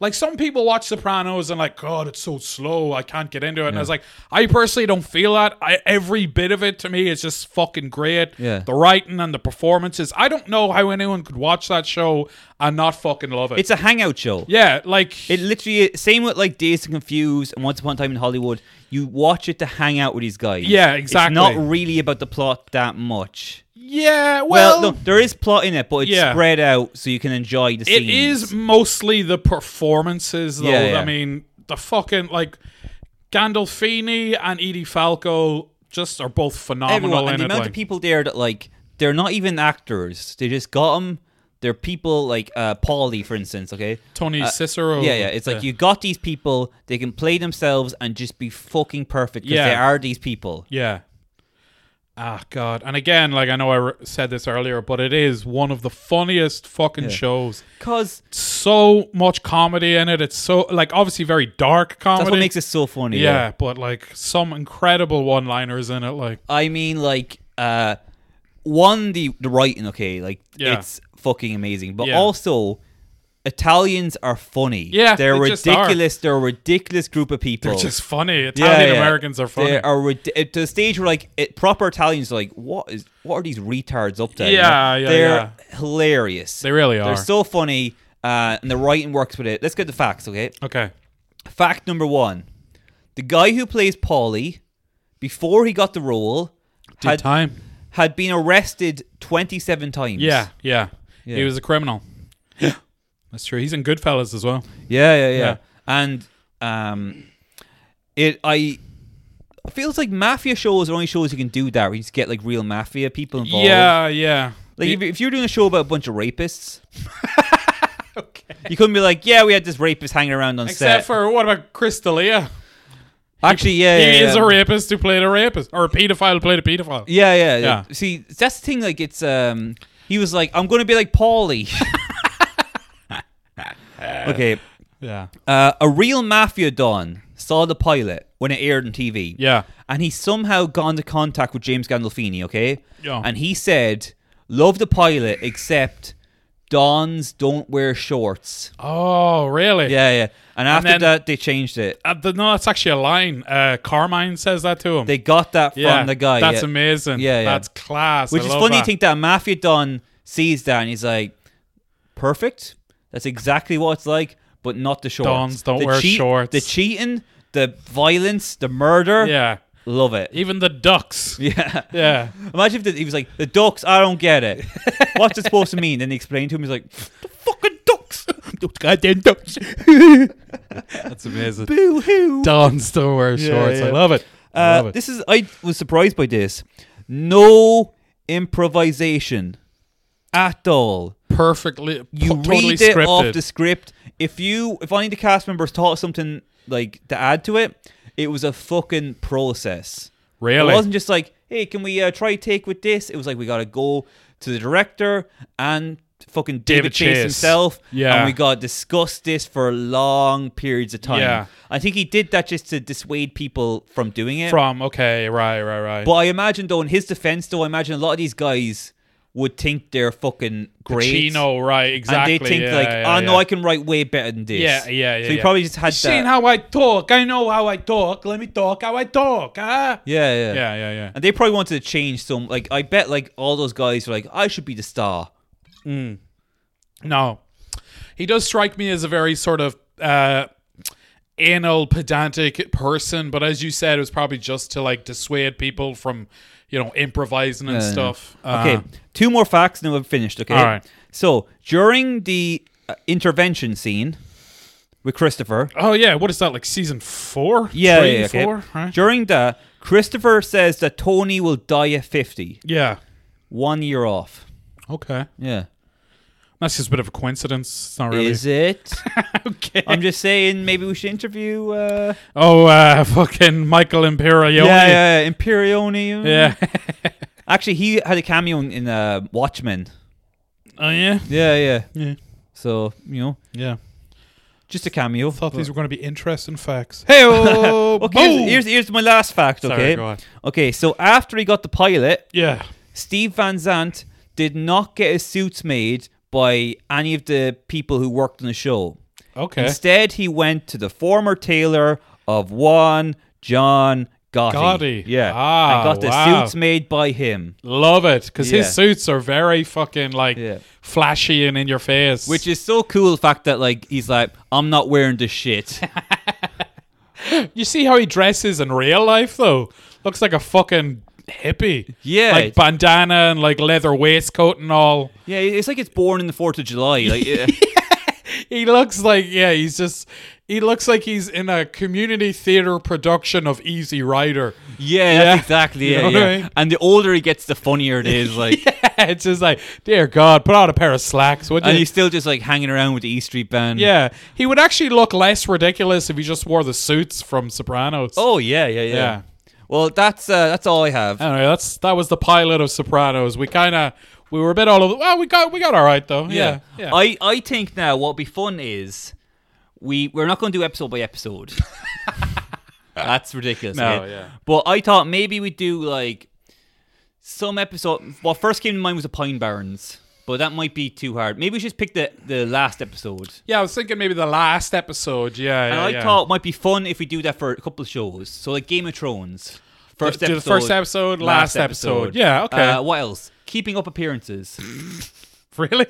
Like some people watch Sopranos and like, God, it's so slow. I can't get into it. And I was like, I personally don't feel that. I, every bit of it to me is just fucking great. Yeah. The writing and the performances. I don't know how anyone could watch that show and not fucking love it. It's a hangout show. yeah, like It literally same with like Days and Confused and Once Upon a Time in Hollywood. You watch it to hang out with these guys. Yeah, It's not exactly. really about the plot that much. yeah. Well, Well, no, there is plot in it, but it's Yeah. spread out so you can enjoy the It scenes. is mostly the performances, though. Yeah, yeah. I mean, the fucking like Gandolfini and Edie Falco just are both phenomenal everyone and in the it. amount like- of people there that like they're not even actors. They just got them. They're people like uh, Paulie, for instance. Okay, Tony Uh, Cicero. Yeah, yeah. It's like you got these people. They can play themselves and just be fucking perfect because Yeah. they are these people. Yeah. Ah, God. And again, like I know I re- said this earlier, but it is one of the funniest fucking shows. Because So much comedy in it. It's so like obviously very dark comedy. that's what makes it so funny. yeah, but like some incredible one-liners in it. Like I mean, like, uh, one the the writing, okay, like Yeah. it's fucking amazing, but Yeah. also Italians are funny. Yeah, they're they just are. ridiculous. They're a ridiculous group of people. they're just funny. Yeah, Italian yeah. Americans are funny. They are rid- it- to the stage where like it, proper Italians are like, what is what are these retards up to? you know? Yeah, yeah, they're hilarious. They really are. They're so funny, uh, and the writing works with it. Let's get the facts, okay? okay. Fact number one: the guy who plays Paulie, before he got the role, Did had time. had been arrested 27 times. Yeah, yeah, Yeah. He was a criminal. <gasps> That's true. He's in Goodfellas as well. Yeah, yeah, yeah. Yeah. And um it I it feels like mafia shows are only shows you can do that where you just get like real mafia people involved. Yeah, yeah. E- Like if, if you're doing a show about a bunch of <laughs> rapists, you couldn't be like, yeah, we had this rapist hanging around on Except set. for what about Chris D'Elia? Actually, yeah, he yeah, is yeah. a rapist who played a rapist, or a pedophile who played a pedophile. yeah, yeah, yeah. Yeah. See, that's the thing. Like, it's um, he was like, I'm gonna be like <laughs> Paulie. okay, Yeah, Uh, a real mafia don saw the pilot when it aired on TV. Yeah. And he somehow got into contact with James Gandolfini, okay? Yeah. And he said, Love the pilot, except dons don't wear shorts. Oh, really? Yeah, yeah. And after then- that, they changed it. Uh, th- no, that's actually a line. Uh, Carmine says that to him. They got that yeah, from the guy. That's yeah. amazing. Yeah, yeah. that's class. Which I is love funny That. to think that a mafia don sees that and he's like, perfect. That's exactly what it's like, but not the shorts. Dons don't The wear shorts. The cheating, the violence, the murder. yeah, Love it. even the ducks. Yeah. <laughs> Yeah, Imagine if the, he was like, the ducks, I don't get <laughs> it. What's it supposed to mean? Then he explained to him, he's like, the fucking <laughs> ducks. Those goddamn ducks. that's amazing. Boo hoo. Don's don't wear shorts. yeah. I love it. I love Uh, it. this is, I was surprised by this. No improvisation at all. perfectly. You po- totally read it scripted. off the script. If you, if any of the cast members thought something like to add to it, it was a fucking process. really. It wasn't just like, hey, can we uh, try a take with this? It was like we gotta go to the director and fucking David, David Chase Chase. himself, Yeah. and we gotta discuss this for long periods of time. Yeah. I think he did that just to dissuade people from doing it. from okay, right, right, right. but I imagine though, in his defense, though, I imagine a lot of these guys would think they're fucking great. Chino, right? Exactly. And they think yeah, like, yeah, oh yeah. no, I can write way better than this. Yeah, yeah, yeah, So he yeah. probably just had that. Seen how I talk. I know how I talk. Let me talk how I talk. Ah. yeah, yeah, Yeah, yeah, yeah. And they probably wanted to change some. Like, I bet, like all those guys are like, I should be the star. No, he does strike me as a very sort of uh, anal, pedantic person. But as you said, it was probably just to like dissuade people from, you know, improvising and yeah. stuff. Okay, Uh, two more facts, and then we're finished. Okay. All right. So during the uh, intervention scene with Christopher, Oh yeah, what is that like? Season four? yeah, Three, yeah, yeah, okay. four. Right? During that, Christopher says that Tony will die at fifty, Yeah. one year off. Okay. Yeah. That's just a bit of a coincidence. It's not really. Is it? <laughs> <laughs> okay. I'm just saying, maybe we should interview. Uh, Oh, uh, fucking Michael Imperioli. yeah, yeah, yeah, Imperioni. yeah. Actually, he had a cameo in- in uh, Watchmen. oh yeah. Yeah, yeah. Yeah. So you know, Yeah. just a cameo. Thought these were going to be interesting facts. Hey, oh, <laughs> Okay, here's, <laughs> here's here's my last fact. Sorry, Okay, go on. okay. So after he got the pilot, yeah, Steve Van Zant did not get his suits made by any of the people who worked on the show. Okay. Instead, he went to the former tailor of one John Gotti. Gotti. Yeah. Ah, and got the wow. suits made by him, Love it because Yeah. his suits are very fucking like Yeah. flashy and in your face. which is so cool. The fact that like he's like, I'm not wearing this shit. you see how he dresses in real life though. Looks like a fucking hippie. Yeah. like bandana and like leather waistcoat and all. <laughs> yeah, it's like it's born in the Fourth of July. <laughs> Like, yeah. He looks like yeah, he's just he looks like he's in a community theater production of <laughs> Easy Rider. <laughs> Yeah, that's Yeah. exactly You it. know what yeah. I mean? And the older he gets, the funnier it is. Like, it's just like, dear God, put on a pair of slacks, would and you? he's still just like hanging around with the E Street Band. Yeah, he would actually look less ridiculous if he just wore the suits from Sopranos. Oh yeah, yeah, yeah. Yeah. Well, that's uh, that's all I have. anyway, that's that was the pilot of Sopranos. We kind of we were a bit all over. Well, we got we got all right though. Yeah, yeah. I I think now what would be fun is we we're not going to do episode by <laughs> episode. that's ridiculous. No, okay? yeah. But I thought maybe we'd do like some episode. What first came to mind was the Pine Barrens. But that might be too hard. Maybe we should pick the, the last episode. yeah, I was thinking maybe the last episode. Yeah, And yeah, I yeah. thought it might be fun if we do that for a couple of shows. So like Game of Thrones, first Do the episode, first episode, last episode. Yeah, okay. Uh, what else? Keeping up appearances. <laughs> really.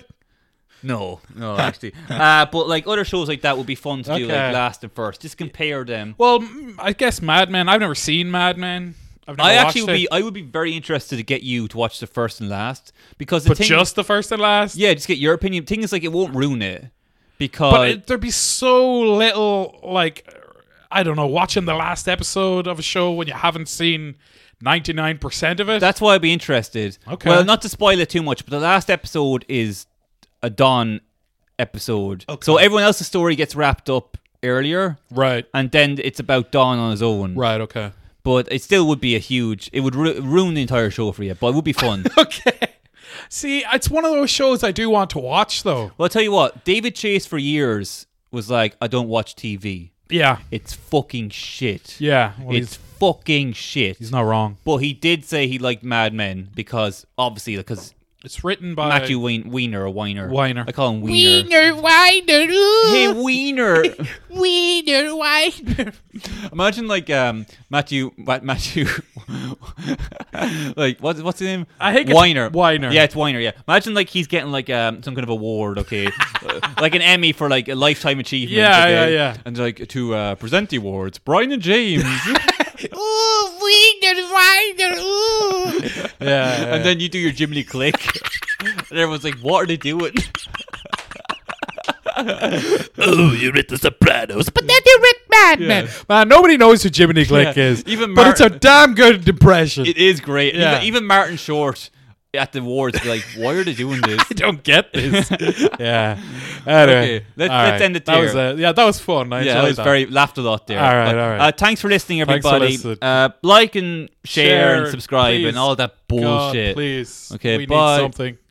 no, no, actually. <laughs> uh, but like other shows like that would be fun to do, Okay. like last and first. Just compare them. Well, mm, I guess Mad Men. I've never seen Mad Men. I've never I watched actually would it. be, I would be very interested to get you to watch the first and last because the but thing, just the first and last. yeah, Uh, just get your opinion. Thing is, like, it won't ruin it but because it, there'd be so little like I don't know watching the last episode of a show when you haven't seen ninety nine percent of it. That's why I'd be interested. Okay. Well, not to spoil it too much, but the last episode is a Dawn episode. Okay. So everyone else's story gets wrapped up earlier, right, and then it's about Dawn on his own. right, okay, But it still would be a huge. It would ru- ruin the entire show for you, but it would be fun. well, <laughs> okay. See, it's one of those shows I do want to watch though. I'll tell you what. David Chase for years was like, I don't watch TV. Yeah, It's fucking shit. yeah. Well, It's he's, fucking shit. he's not wrong. But he did say he liked Mad Men because obviously because It's written by Matthew Wein- Weiner or Weiner. Weiner. I call him Weiner. Wiener, wiener, ooh. Hey Wiener! Wiener, wiener. Imagine like um Matthew Ma- Matthew, <laughs> like what's what's his name? I think it's Weiner. Weiner. Yeah, it's Weiner. Yeah. Imagine like he's getting like um some kind of award, okay, <laughs> Uh, like an Emmy for like a lifetime achievement. Yeah, okay? yeah, yeah. And like to uh, present the awards, Brian and <laughs> James, Ooh, wiener, wiener, ooh. Yeah, yeah, and then you do your Jiminy Click, <laughs> and everyone's like, "What are they doing?" Oh, you read the Sopranos. But then they read Mad Men. man, nobody knows who Jiminy Glick Yeah, is. <laughs> even but Mar- it's a damn good depression. It is great. Yeah. Even, even Martin Short at the awards, be like, "Why are they doing this?" I don't get this. <laughs> yeah. Anyway, Okay, let's- all let's end it That was there. uh, yeah, that was fun. I Yeah, enjoyed that was that. very laughed a lot there. All right, But, all right. Uh, thanks for listening, Thanks for everybody. listening. Uh, like and share, Share, and subscribe please. and all that God, bullshit. please. Okay, we bye. need something.